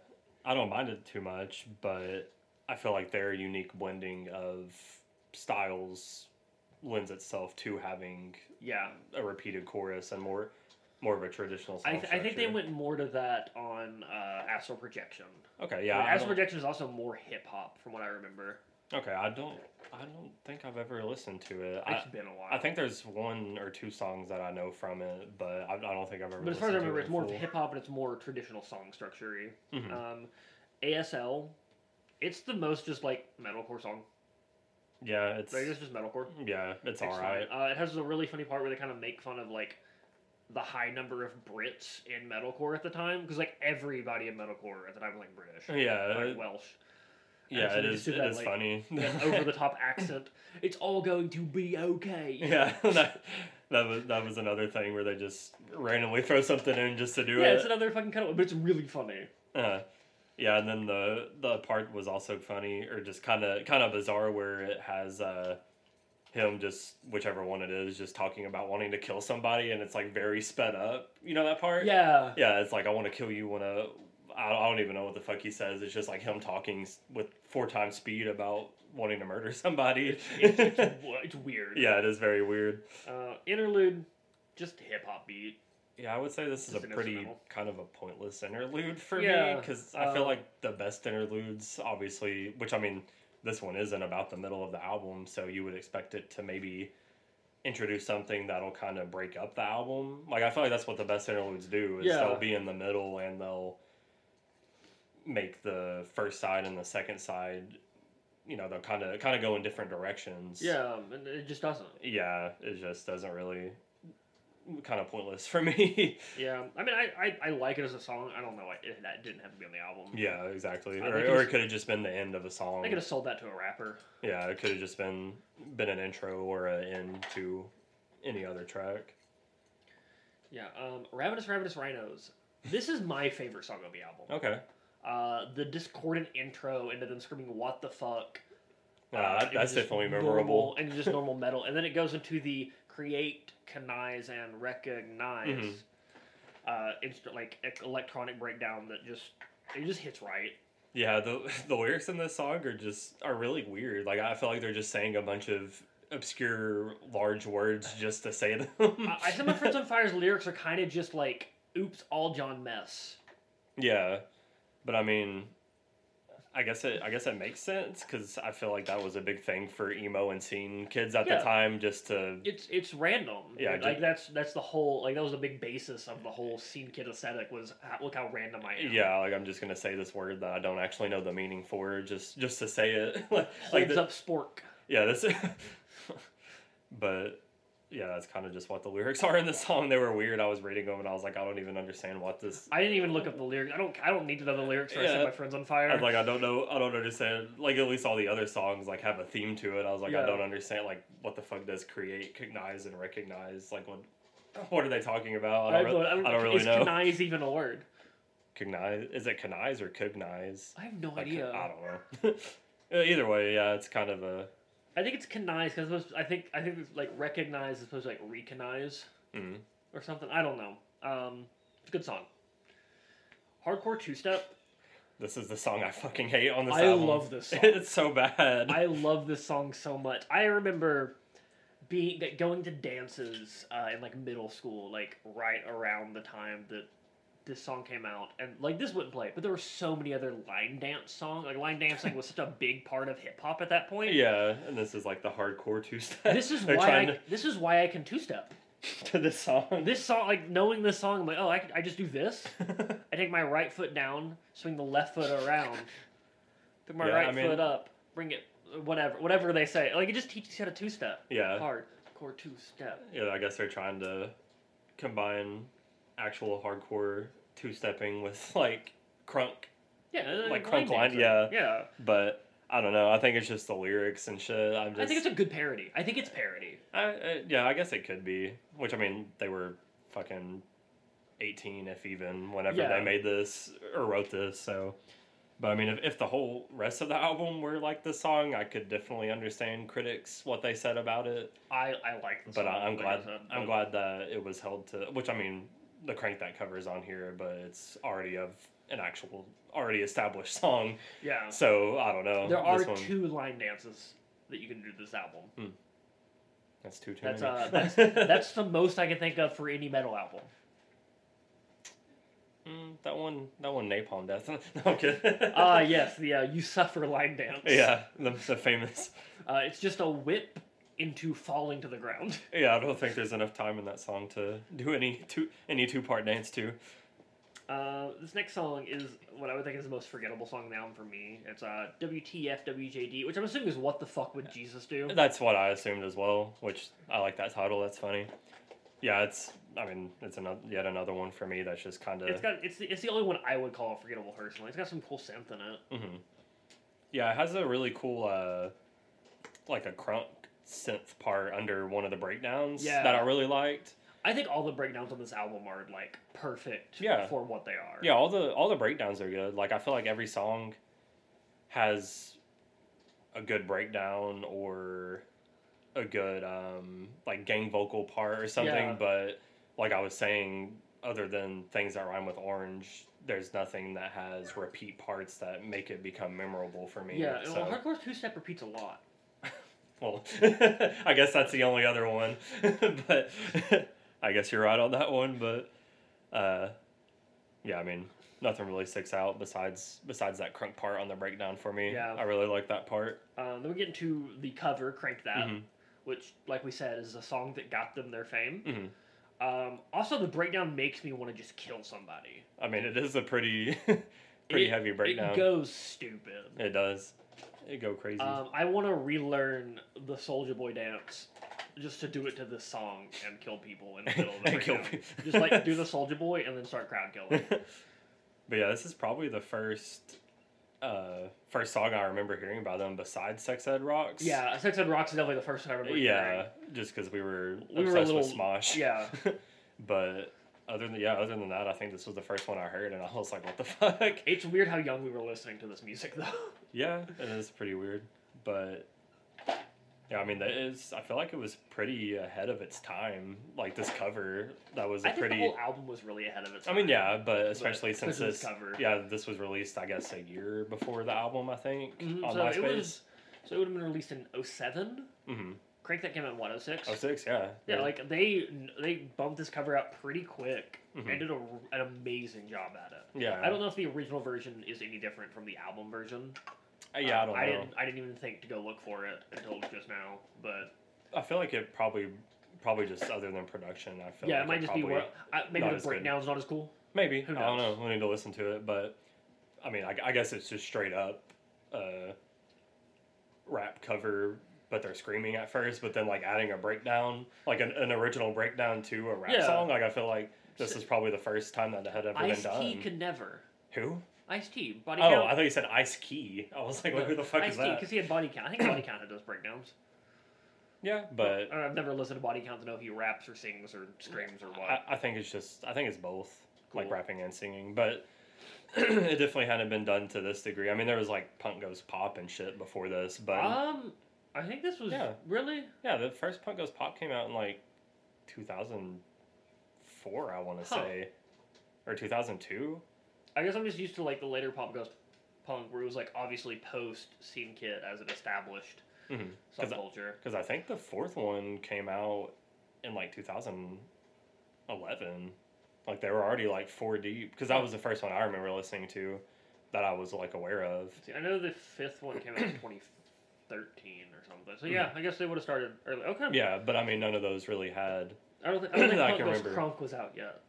[SPEAKER 2] I don't mind it too much, but I feel like their unique blending of styles lends itself to having
[SPEAKER 1] Yeah,
[SPEAKER 2] a repeated chorus and more more of a traditional song
[SPEAKER 1] I, th- I think they
[SPEAKER 2] structure.
[SPEAKER 1] went more to that on uh, Astral Projection.
[SPEAKER 2] okay
[SPEAKER 1] Yeah,
[SPEAKER 2] yeah I
[SPEAKER 1] Astral
[SPEAKER 2] don't-
[SPEAKER 1] Projection is also more hip hop from what I remember.
[SPEAKER 2] okay i don't i don't think i've ever listened to it i,
[SPEAKER 1] It's been a while.
[SPEAKER 2] I think there's one or two songs that i know from it but i, I don't think i've ever
[SPEAKER 1] but as far as I remember,
[SPEAKER 2] listened to it
[SPEAKER 1] it's more of
[SPEAKER 2] in
[SPEAKER 1] hip hop and it's more traditional song structure.
[SPEAKER 2] full. Mhm.
[SPEAKER 1] Um, ASL, it's the most just like metalcore song.
[SPEAKER 2] yeah it's
[SPEAKER 1] Like, it's just metalcore.
[SPEAKER 2] yeah it's all
[SPEAKER 1] Excellent.
[SPEAKER 2] right
[SPEAKER 1] Uh, it has a really funny part where they kind of make fun of like the high number of Brits in metalcore at the time because like everybody in metalcore at the time was like British,
[SPEAKER 2] yeah
[SPEAKER 1] like Welsh.
[SPEAKER 2] yeah
[SPEAKER 1] so
[SPEAKER 2] it
[SPEAKER 1] they just
[SPEAKER 2] is
[SPEAKER 1] do
[SPEAKER 2] it
[SPEAKER 1] that,
[SPEAKER 2] is
[SPEAKER 1] like,
[SPEAKER 2] funny
[SPEAKER 1] that over the top accent. It's all going to be okay.
[SPEAKER 2] yeah that, that was that was another thing where they just randomly throw something in just to do
[SPEAKER 1] Yeah,
[SPEAKER 2] it
[SPEAKER 1] it's another fucking kind of, but it's really funny.
[SPEAKER 2] Uh, yeah, and then the the part was also funny or just kind of kind of bizarre where it has uh, him just whichever one it is just talking about wanting to kill somebody and it's like very sped up. You know that part?
[SPEAKER 1] Yeah,
[SPEAKER 2] Yeah, it's like I want to kill you when a I I don't even know what the fuck he says. It's just like him talking s- with four times speed about wanting to murder somebody.
[SPEAKER 1] it's, it's, w- it's weird.
[SPEAKER 2] yeah, it is very weird.
[SPEAKER 1] Uh, interlude, just hip hop beat.
[SPEAKER 2] Yeah, I would say this is
[SPEAKER 1] Just
[SPEAKER 2] a
[SPEAKER 1] an
[SPEAKER 2] pretty
[SPEAKER 1] instrumental.
[SPEAKER 2] kind of a pointless interlude for me
[SPEAKER 1] Yeah,
[SPEAKER 2] because I feel
[SPEAKER 1] uh,
[SPEAKER 2] like the best interludes, obviously, which I mean, this one isn't about the middle of the album, so you would expect it to maybe introduce something that'll kind of break up the album. Like I feel like that's what the best interludes do is
[SPEAKER 1] Yeah.
[SPEAKER 2] they'll be in the middle and they'll make the first side and the second side, you know, they'll kind of kind of go in different directions.
[SPEAKER 1] Yeah, and it just doesn't.
[SPEAKER 2] yeah, it just doesn't really kind of pointless for me.
[SPEAKER 1] Yeah, I mean, I, I, I like it as a song. I don't know, I, it, that didn't have to be on the album.
[SPEAKER 2] Yeah, exactly.
[SPEAKER 1] I
[SPEAKER 2] Or,
[SPEAKER 1] think
[SPEAKER 2] or
[SPEAKER 1] it's-
[SPEAKER 2] it could have just been the end of a song.
[SPEAKER 1] They could have sold that to a rapper.
[SPEAKER 2] Yeah, it could have just been been an intro or an end to any other track.
[SPEAKER 1] Yeah, um, Ravenous Ravenous Rhinos. This is my favorite song on the album.
[SPEAKER 2] Okay.
[SPEAKER 1] Uh, the discordant intro into them screaming "What the fuck."
[SPEAKER 2] Uh,
[SPEAKER 1] Uh,
[SPEAKER 2] that-
[SPEAKER 1] it was
[SPEAKER 2] that's
[SPEAKER 1] just
[SPEAKER 2] definitely
[SPEAKER 1] normal-
[SPEAKER 2] memorable.
[SPEAKER 1] and just normal metal. And then it goes into the create, connive, and recognize
[SPEAKER 2] Mhm.
[SPEAKER 1] uh, inst- like ec- electronic breakdown that just it just hits right.
[SPEAKER 2] Yeah, the the lyrics in this song are just are really weird. Like I feel like they're just saying a bunch of obscure large words just to say them.
[SPEAKER 1] I, I said my friends on fire's lyrics are kind of just like oops, all John mess.
[SPEAKER 2] yeah, but I mean, I guess it I guess it makes sense because I feel like that was a big thing for emo and scene kids at
[SPEAKER 1] Yeah.
[SPEAKER 2] the time, just to
[SPEAKER 1] It's it's random.
[SPEAKER 2] Yeah, I
[SPEAKER 1] like,
[SPEAKER 2] did-
[SPEAKER 1] that's that's the whole like that was the big basis of the whole scene kid aesthetic was how, look how random I am.
[SPEAKER 2] Yeah, like I'm just gonna say this word that I don't actually know the meaning for, just just to say it. like, like
[SPEAKER 1] holds
[SPEAKER 2] the,
[SPEAKER 1] up spork.
[SPEAKER 2] yeah, this. but yeah, that's kind of just what the lyrics are in the song. They were weird. I was reading them and I was like, I don't even understand what this.
[SPEAKER 1] I didn't even look up the lyrics. I don't I don't need to know the lyrics or I
[SPEAKER 2] Yeah.
[SPEAKER 1] set my friends on fire.
[SPEAKER 2] I was like, I don't know. I don't understand. Like at least all the other songs like have a theme to it. I was like,
[SPEAKER 1] Yeah.
[SPEAKER 2] I don't understand. Like what the fuck does create, cognize, and recognize? Like what? What are they talking about? I don't, re- I don't, really
[SPEAKER 1] is
[SPEAKER 2] know.
[SPEAKER 1] Connize even a word?
[SPEAKER 2] cognize is it cognize or cognize?
[SPEAKER 1] I have no
[SPEAKER 2] Like,
[SPEAKER 1] idea.
[SPEAKER 2] I don't know. Uh, Either way, yeah, it's kind of a
[SPEAKER 1] I think it's connize because I think I think it's like recognize is supposed to like recognize
[SPEAKER 2] mm,
[SPEAKER 1] or something. I don't know. Um, it's a good song. Hardcore two step.
[SPEAKER 2] this is the song I fucking hate on this
[SPEAKER 1] I
[SPEAKER 2] album.
[SPEAKER 1] love this song.
[SPEAKER 2] it's so bad.
[SPEAKER 1] I love this song so much. I remember being like, going to dances uh, in like middle school, like right around the time that this song came out, and like this wouldn't play, but there were so many other line dance songs. Like line dancing was such a big part of hip hop at that point.
[SPEAKER 2] yeah, and this is like the hardcore two step.
[SPEAKER 1] This is
[SPEAKER 2] They're
[SPEAKER 1] why I,
[SPEAKER 2] trying
[SPEAKER 1] this is why I can two step.
[SPEAKER 2] to, to this song.
[SPEAKER 1] This song, like knowing this song, I'm like, oh, I, can- I just do this. I take my right foot down, swing the left foot around, put my
[SPEAKER 2] Yeah,
[SPEAKER 1] right
[SPEAKER 2] I mean-
[SPEAKER 1] foot up, bring it, whatever, whatever they say. Like it just teaches you how to two step.
[SPEAKER 2] yeah,
[SPEAKER 1] Hard core two step.
[SPEAKER 2] yeah. I guess they're trying to combine actual hardcore two stepping with like crunk.
[SPEAKER 1] Yeah,
[SPEAKER 2] Like
[SPEAKER 1] line
[SPEAKER 2] crunk line,
[SPEAKER 1] dancing.
[SPEAKER 2] yeah.
[SPEAKER 1] yeah.
[SPEAKER 2] But I don't know. I think it's just the lyrics and shit. I'm just,
[SPEAKER 1] I think it's a good parody. I think it's parody.
[SPEAKER 2] I, uh, yeah, I guess it could be. Which I mean, they were fucking eighteen, if even, whenever
[SPEAKER 1] Yeah.
[SPEAKER 2] they made this or wrote this. So, but I mean, if, if the whole rest of the album were like this song, I could definitely understand critics what they said about it.
[SPEAKER 1] I, I like the
[SPEAKER 2] But
[SPEAKER 1] song,
[SPEAKER 2] I, I'm
[SPEAKER 1] like
[SPEAKER 2] glad
[SPEAKER 1] I said, but-
[SPEAKER 2] I'm glad that it was held to. Which I mean, the crank that cover is on here, but it's already of an actual already established song.
[SPEAKER 1] Yeah.
[SPEAKER 2] So I don't know.
[SPEAKER 1] There are
[SPEAKER 2] This one-
[SPEAKER 1] two line dances that you can do to this album.
[SPEAKER 2] That's two too
[SPEAKER 1] That's,
[SPEAKER 2] many.
[SPEAKER 1] uh, That's the most I can think of for any metal album.
[SPEAKER 2] Mm, that one, that one napalm death. no, I'm kidding.
[SPEAKER 1] Ah, yes, the uh, "You Suffer" line dance.
[SPEAKER 2] yeah, the, the famous.
[SPEAKER 1] Uh, it's just a whip into falling to the ground.
[SPEAKER 2] Yeah, I don't think there's enough time in that song to do any two any two part dance to.
[SPEAKER 1] Uh, this next song is what I would think is the most forgettable song on the album for me. It's uh, WTF WJD, which I'm assuming is "What the fuck would Jesus do?"
[SPEAKER 2] That's what I assumed as well. Which I like that title. That's funny. Yeah, it's. I mean, it's another yet another one for me that's just kind of.
[SPEAKER 1] It's got it's the, it's the only one I would call forgettable personally. It's got some cool synth in it.
[SPEAKER 2] hmm Yeah, it has a really cool, uh, like a crunk synth part under one of the breakdowns
[SPEAKER 1] Yeah.
[SPEAKER 2] that I really liked.
[SPEAKER 1] I think all the breakdowns on this album are like perfect
[SPEAKER 2] Yeah.
[SPEAKER 1] for what they are.
[SPEAKER 2] Yeah, all the all the breakdowns are good. Like I feel like every song has a good breakdown or a good um like gang vocal part or something,
[SPEAKER 1] Yeah.
[SPEAKER 2] but like I was saying other than things that rhyme with orange, there's nothing that has repeat parts that make it become memorable for me.
[SPEAKER 1] Yeah, and
[SPEAKER 2] so,
[SPEAKER 1] well, hardcore two step repeats a lot.
[SPEAKER 2] well, I guess that's the only other one. but I guess you're right on that one. But uh, yeah, I mean, nothing really sticks out besides besides that crunk part on the breakdown for me.
[SPEAKER 1] Yeah.
[SPEAKER 2] I really like that part.
[SPEAKER 1] Um, then we get into the cover, Crank That,
[SPEAKER 2] Mhm.
[SPEAKER 1] which, like we said, is a song that got them their fame.
[SPEAKER 2] Mhm.
[SPEAKER 1] Um, also, the breakdown makes me want to just kill somebody.
[SPEAKER 2] I mean, it is a pretty pretty
[SPEAKER 1] It-
[SPEAKER 2] heavy breakdown.
[SPEAKER 1] It goes stupid.
[SPEAKER 2] It does. It go crazy.
[SPEAKER 1] Um, I want to relearn the Soldier Boy dance just to do it to this song and kill people in the middle of the
[SPEAKER 2] And kill
[SPEAKER 1] breakdown.
[SPEAKER 2] people.
[SPEAKER 1] just like do the Soldier Boy and then start crowd killing.
[SPEAKER 2] But yeah, this is probably the first uh first song I remember hearing about them besides Sex Ed Rocks.
[SPEAKER 1] yeah, Sex Ed Rocks is definitely the first one I remember.
[SPEAKER 2] Yeah, just because we were
[SPEAKER 1] We were a
[SPEAKER 2] obsessed
[SPEAKER 1] little-
[SPEAKER 2] with Smosh.
[SPEAKER 1] hearing. Yeah.
[SPEAKER 2] But other than yeah, other than that, I think this was the first one I heard, and I was like, "What the fuck?"
[SPEAKER 1] It's weird how young we were listening to this music though.
[SPEAKER 2] Yeah, it is pretty weird, but yeah, I mean, that is. I feel like it was pretty ahead of its time. Like this cover, that was a
[SPEAKER 1] I think
[SPEAKER 2] pretty.
[SPEAKER 1] the whole album was really ahead of its
[SPEAKER 2] I mean,
[SPEAKER 1] time.
[SPEAKER 2] yeah, but especially
[SPEAKER 1] But
[SPEAKER 2] since
[SPEAKER 1] especially this
[SPEAKER 2] this,
[SPEAKER 1] cover.
[SPEAKER 2] yeah, this was released, I guess, a year before the album. I think
[SPEAKER 1] Mhm,
[SPEAKER 2] on
[SPEAKER 1] so it
[SPEAKER 2] MySpace.
[SPEAKER 1] was- So it would have been released in 07.
[SPEAKER 2] mm-hmm.
[SPEAKER 1] Crank that came out in 106.
[SPEAKER 2] Oh six, yeah.
[SPEAKER 1] Yeah, like they they bumped this cover out pretty quick
[SPEAKER 2] Mhm.
[SPEAKER 1] and did a, an amazing job at it.
[SPEAKER 2] yeah.
[SPEAKER 1] I don't know if the original version is any different from the album version.
[SPEAKER 2] Uh, Yeah, I
[SPEAKER 1] Um,
[SPEAKER 2] don't
[SPEAKER 1] I
[SPEAKER 2] know.
[SPEAKER 1] didn't, I didn't even think to go look for it until just now. But
[SPEAKER 2] I feel like it probably, probably just other than production. I feel
[SPEAKER 1] yeah,
[SPEAKER 2] like
[SPEAKER 1] it might just
[SPEAKER 2] probably,
[SPEAKER 1] be where I, maybe
[SPEAKER 2] not
[SPEAKER 1] the
[SPEAKER 2] as good.
[SPEAKER 1] breakdown's not as cool.
[SPEAKER 2] Maybe
[SPEAKER 1] Who
[SPEAKER 2] I don't
[SPEAKER 1] knows?
[SPEAKER 2] know. We need to listen to it, but I mean, I, I guess it's just straight up uh, rap cover, but they're screaming at first, but then like adding a breakdown, like an, an original breakdown to a rap
[SPEAKER 1] Yeah.
[SPEAKER 2] song. Like I feel like this
[SPEAKER 1] So-
[SPEAKER 2] is probably the first time that had ever
[SPEAKER 1] Ice
[SPEAKER 2] been
[SPEAKER 1] T
[SPEAKER 2] done.
[SPEAKER 1] could never.
[SPEAKER 2] Who?
[SPEAKER 1] Ice T body
[SPEAKER 2] Oh,
[SPEAKER 1] count.
[SPEAKER 2] I thought you said Ice Key. I was like, who the fuck is
[SPEAKER 1] Ice T
[SPEAKER 2] that?
[SPEAKER 1] because he had body count. I think body count had those breakdowns.
[SPEAKER 2] Yeah, but
[SPEAKER 1] Uh, I've never listened to body count to know if he raps or sings or screams or what.
[SPEAKER 2] I, I think it's just I think it's both like
[SPEAKER 1] uh, Cool.
[SPEAKER 2] rapping and singing, but it definitely hadn't been done to this degree. I mean, there was like Punk Goes Pop and shit before this, but
[SPEAKER 1] Um, I think this was
[SPEAKER 2] Yeah.
[SPEAKER 1] really.
[SPEAKER 2] yeah, the first Punk Goes Pop came out in like 2004, I want to
[SPEAKER 1] Huh.
[SPEAKER 2] say, or 2002.
[SPEAKER 1] I guess I'm just used to like the later pop goes punk, where it was like obviously post scene kit as an established
[SPEAKER 2] Mhm.
[SPEAKER 1] subculture.
[SPEAKER 2] Because I think the fourth one came out in like 2011. Like they were already like four deep. Because that was the first one I remember listening to that I was like aware of.
[SPEAKER 1] See, I know the fifth one came out in 2013 or something.
[SPEAKER 2] Mm-hmm.
[SPEAKER 1] So yeah, I guess they would have started early. Okay.
[SPEAKER 2] Yeah, but I mean, none of those really had
[SPEAKER 1] I don't think, I don't think
[SPEAKER 2] I
[SPEAKER 1] punk
[SPEAKER 2] can
[SPEAKER 1] goes
[SPEAKER 2] remember.
[SPEAKER 1] crunk was out yet.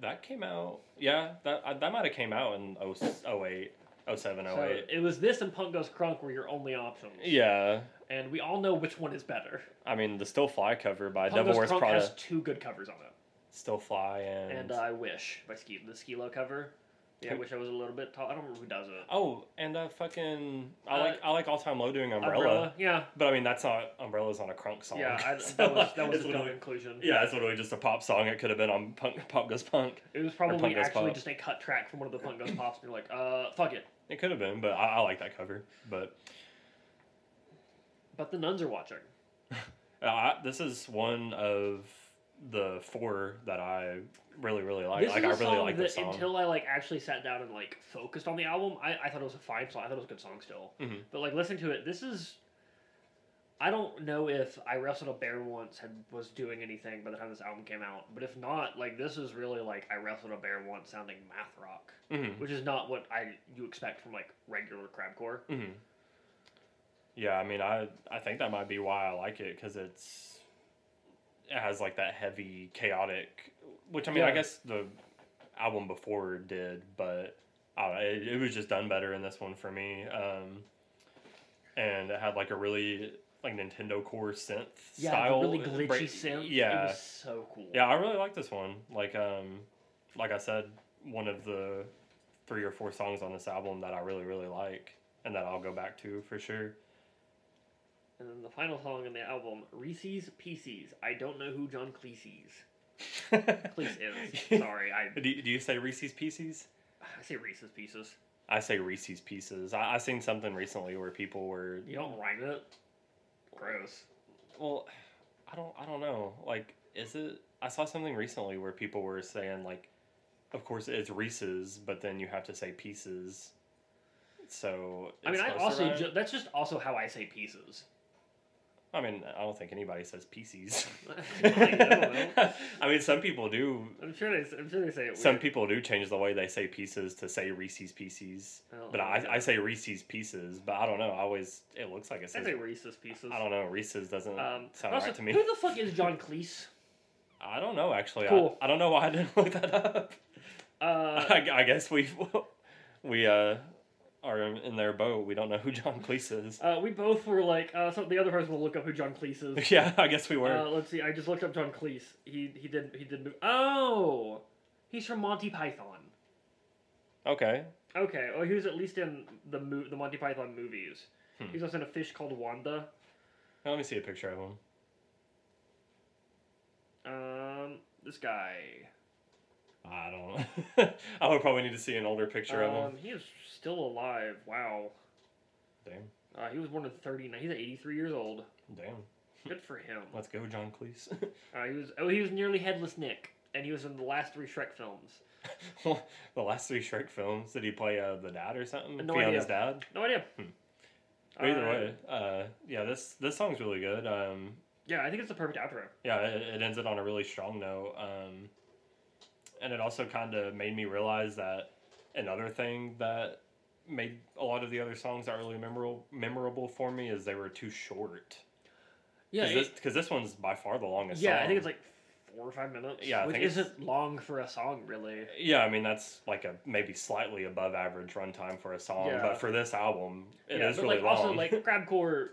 [SPEAKER 2] That came out, yeah. That I, that might have came out in oh, 0, 08, 07,
[SPEAKER 1] so
[SPEAKER 2] 08.
[SPEAKER 1] it was this and punk goes crunk were your only options.
[SPEAKER 2] Yeah,
[SPEAKER 1] And we all know which one is better.
[SPEAKER 2] I mean the Still Fly cover by
[SPEAKER 1] Punk
[SPEAKER 2] Uh, Devil
[SPEAKER 1] goes
[SPEAKER 2] Wears
[SPEAKER 1] crunk
[SPEAKER 2] Prada.
[SPEAKER 1] has two good covers on it.
[SPEAKER 2] Still Fly and,
[SPEAKER 1] uh, And I wish by Ski the Skilo cover. Yeah, I wish I was a little bit tall. I don't remember who does it.
[SPEAKER 2] Oh, and uh, fucking, I
[SPEAKER 1] Uh,
[SPEAKER 2] like I like all time low doing umbrella,
[SPEAKER 1] Yeah,
[SPEAKER 2] but I mean that's not umbrellas on a crunk song.
[SPEAKER 1] yeah. I,
[SPEAKER 2] So,
[SPEAKER 1] that was that was
[SPEAKER 2] it's
[SPEAKER 1] a dumb
[SPEAKER 2] literally-
[SPEAKER 1] inclusion.
[SPEAKER 2] yeah, it's literally just a pop song. It could have been on punk, pop goes punk.
[SPEAKER 1] It was probably
[SPEAKER 2] Punk Goes
[SPEAKER 1] actually
[SPEAKER 2] Pop.
[SPEAKER 1] just a cut track from one of the Punk Goes Pops, and you're like, uh, fuck it.
[SPEAKER 2] It could have been, but I, I like that cover. But
[SPEAKER 1] But the nuns are watching.
[SPEAKER 2] uh, I, this is one of the four that I really really like.
[SPEAKER 1] this
[SPEAKER 2] like
[SPEAKER 1] is
[SPEAKER 2] I
[SPEAKER 1] a
[SPEAKER 2] really
[SPEAKER 1] song
[SPEAKER 2] like
[SPEAKER 1] that
[SPEAKER 2] this song.
[SPEAKER 1] until I like actually sat down and like focused on the album, I, I thought it was a fine song. I thought it was a good song still.
[SPEAKER 2] Mhm.
[SPEAKER 1] But like listening to it, this is. I don't know if I wrestled a bear once had was doing anything by the time this album came out, but if not, like this is really like I wrestled a bear once sounding math rock,
[SPEAKER 2] Mhm.
[SPEAKER 1] which is not what I you expect from like regular crabcore.
[SPEAKER 2] hmm Yeah, I mean, I I think that might be why I like it because it's it has like that heavy chaotic, which I mean, I
[SPEAKER 1] Yeah.
[SPEAKER 2] guess the album before did, but I don't know, it, it was just done better in this one for me. Um, and it had like a really like Nintendo core synth
[SPEAKER 1] Yeah,
[SPEAKER 2] style,
[SPEAKER 1] the really
[SPEAKER 2] uh,
[SPEAKER 1] glitchy
[SPEAKER 2] break-
[SPEAKER 1] synth.
[SPEAKER 2] Yeah,
[SPEAKER 1] it was so cool.
[SPEAKER 2] yeah, I really like this one. Like um, like I said, one of the three or four songs on this album that I really really like, and that I'll go back to for sure.
[SPEAKER 1] And then the final song in the album, Reese's Pieces. I don't know who John Cleese's. Cleese is. Sorry, I,
[SPEAKER 2] do, do you say Reese's Pieces?
[SPEAKER 1] I say Reese's Pieces.
[SPEAKER 2] I say Reese's Pieces. I, I seen something recently where people were
[SPEAKER 1] You don't rhyme it. Gross.
[SPEAKER 2] well, I don't I don't know. Like, is it? I saw something recently where people were saying like, of course it's Reese's, but then you have to say pieces. So
[SPEAKER 1] I mean,
[SPEAKER 2] it's
[SPEAKER 1] I
[SPEAKER 2] supposed to
[SPEAKER 1] also
[SPEAKER 2] rhyme?
[SPEAKER 1] ju- that's just also how I say pieces.
[SPEAKER 2] I mean, I don't think anybody says pieces.
[SPEAKER 1] I don't know.
[SPEAKER 2] I mean, some people do.
[SPEAKER 1] I'm sure they. I'm sure they say it.
[SPEAKER 2] Some
[SPEAKER 1] weird.
[SPEAKER 2] people do change the way they say pieces to say Reese's Pieces,
[SPEAKER 1] I don't
[SPEAKER 2] but
[SPEAKER 1] know.
[SPEAKER 2] I, I say Reese's Pieces. But I don't know. I always it looks like it
[SPEAKER 1] I
[SPEAKER 2] says.
[SPEAKER 1] say Reese's Pieces.
[SPEAKER 2] I don't know. Reese's doesn't
[SPEAKER 1] Um,
[SPEAKER 2] sound
[SPEAKER 1] also,
[SPEAKER 2] right to me.
[SPEAKER 1] Who the fuck is John Cleese?
[SPEAKER 2] I don't know actually.
[SPEAKER 1] Cool.
[SPEAKER 2] I, I don't know why I didn't look that up.
[SPEAKER 1] Uh,
[SPEAKER 2] I, I guess we we uh, are in their boat. We don't know who John Cleese is.
[SPEAKER 1] uh, we both were like, uh, so the other person will look up who John Cleese is.
[SPEAKER 2] yeah, I guess we were.
[SPEAKER 1] Uh, let's see. I just looked up John Cleese. He he did he did. move- Oh, he's from Monty Python. uh,
[SPEAKER 2] okay.
[SPEAKER 1] Okay. Well, he was at least in the mo- the Monty Python movies.
[SPEAKER 2] Hmm.
[SPEAKER 1] He's also in a fish called Wanda.
[SPEAKER 2] Now let me see a picture of him.
[SPEAKER 1] Um, this guy.
[SPEAKER 2] I don't. know. I would probably need to see an older picture of him.
[SPEAKER 1] Um, he is still alive. Wow.
[SPEAKER 2] Damn.
[SPEAKER 1] Uh, he was born in thirty nine. He's eighty three years old.
[SPEAKER 2] Damn.
[SPEAKER 1] Good for him.
[SPEAKER 2] Let's go, John Cleese.
[SPEAKER 1] Uh, he was oh he was nearly headless Nick, and he was in the last three Shrek films.
[SPEAKER 2] the last three Shrek films. Did he play uh, the dad or something?
[SPEAKER 1] No
[SPEAKER 2] Fiona's dad.
[SPEAKER 1] No idea.
[SPEAKER 2] But Hmm. either
[SPEAKER 1] Uh,
[SPEAKER 2] way, uh, yeah, this this song's really good. Um,
[SPEAKER 1] Yeah, I think it's the perfect outro.
[SPEAKER 2] yeah, it, it ends it on a really strong note. Um, and it also kind of made me realize that another thing that made a lot of the other songs that are really memorable memorable for me is they were too short.
[SPEAKER 1] Yeah.
[SPEAKER 2] because this, 'cause this onene's by far the longest.
[SPEAKER 1] Yeah, I
[SPEAKER 2] song.
[SPEAKER 1] think it's like four or five minutes.
[SPEAKER 2] Yeah, I
[SPEAKER 1] which
[SPEAKER 2] think it's-
[SPEAKER 1] isn't long for a song, really.
[SPEAKER 2] Yeah, I mean that's like a maybe slightly above average runtime for a song,
[SPEAKER 1] Yeah.
[SPEAKER 2] but for this album, it is
[SPEAKER 1] yeah, but
[SPEAKER 2] really
[SPEAKER 1] like
[SPEAKER 2] long.
[SPEAKER 1] also like crabcore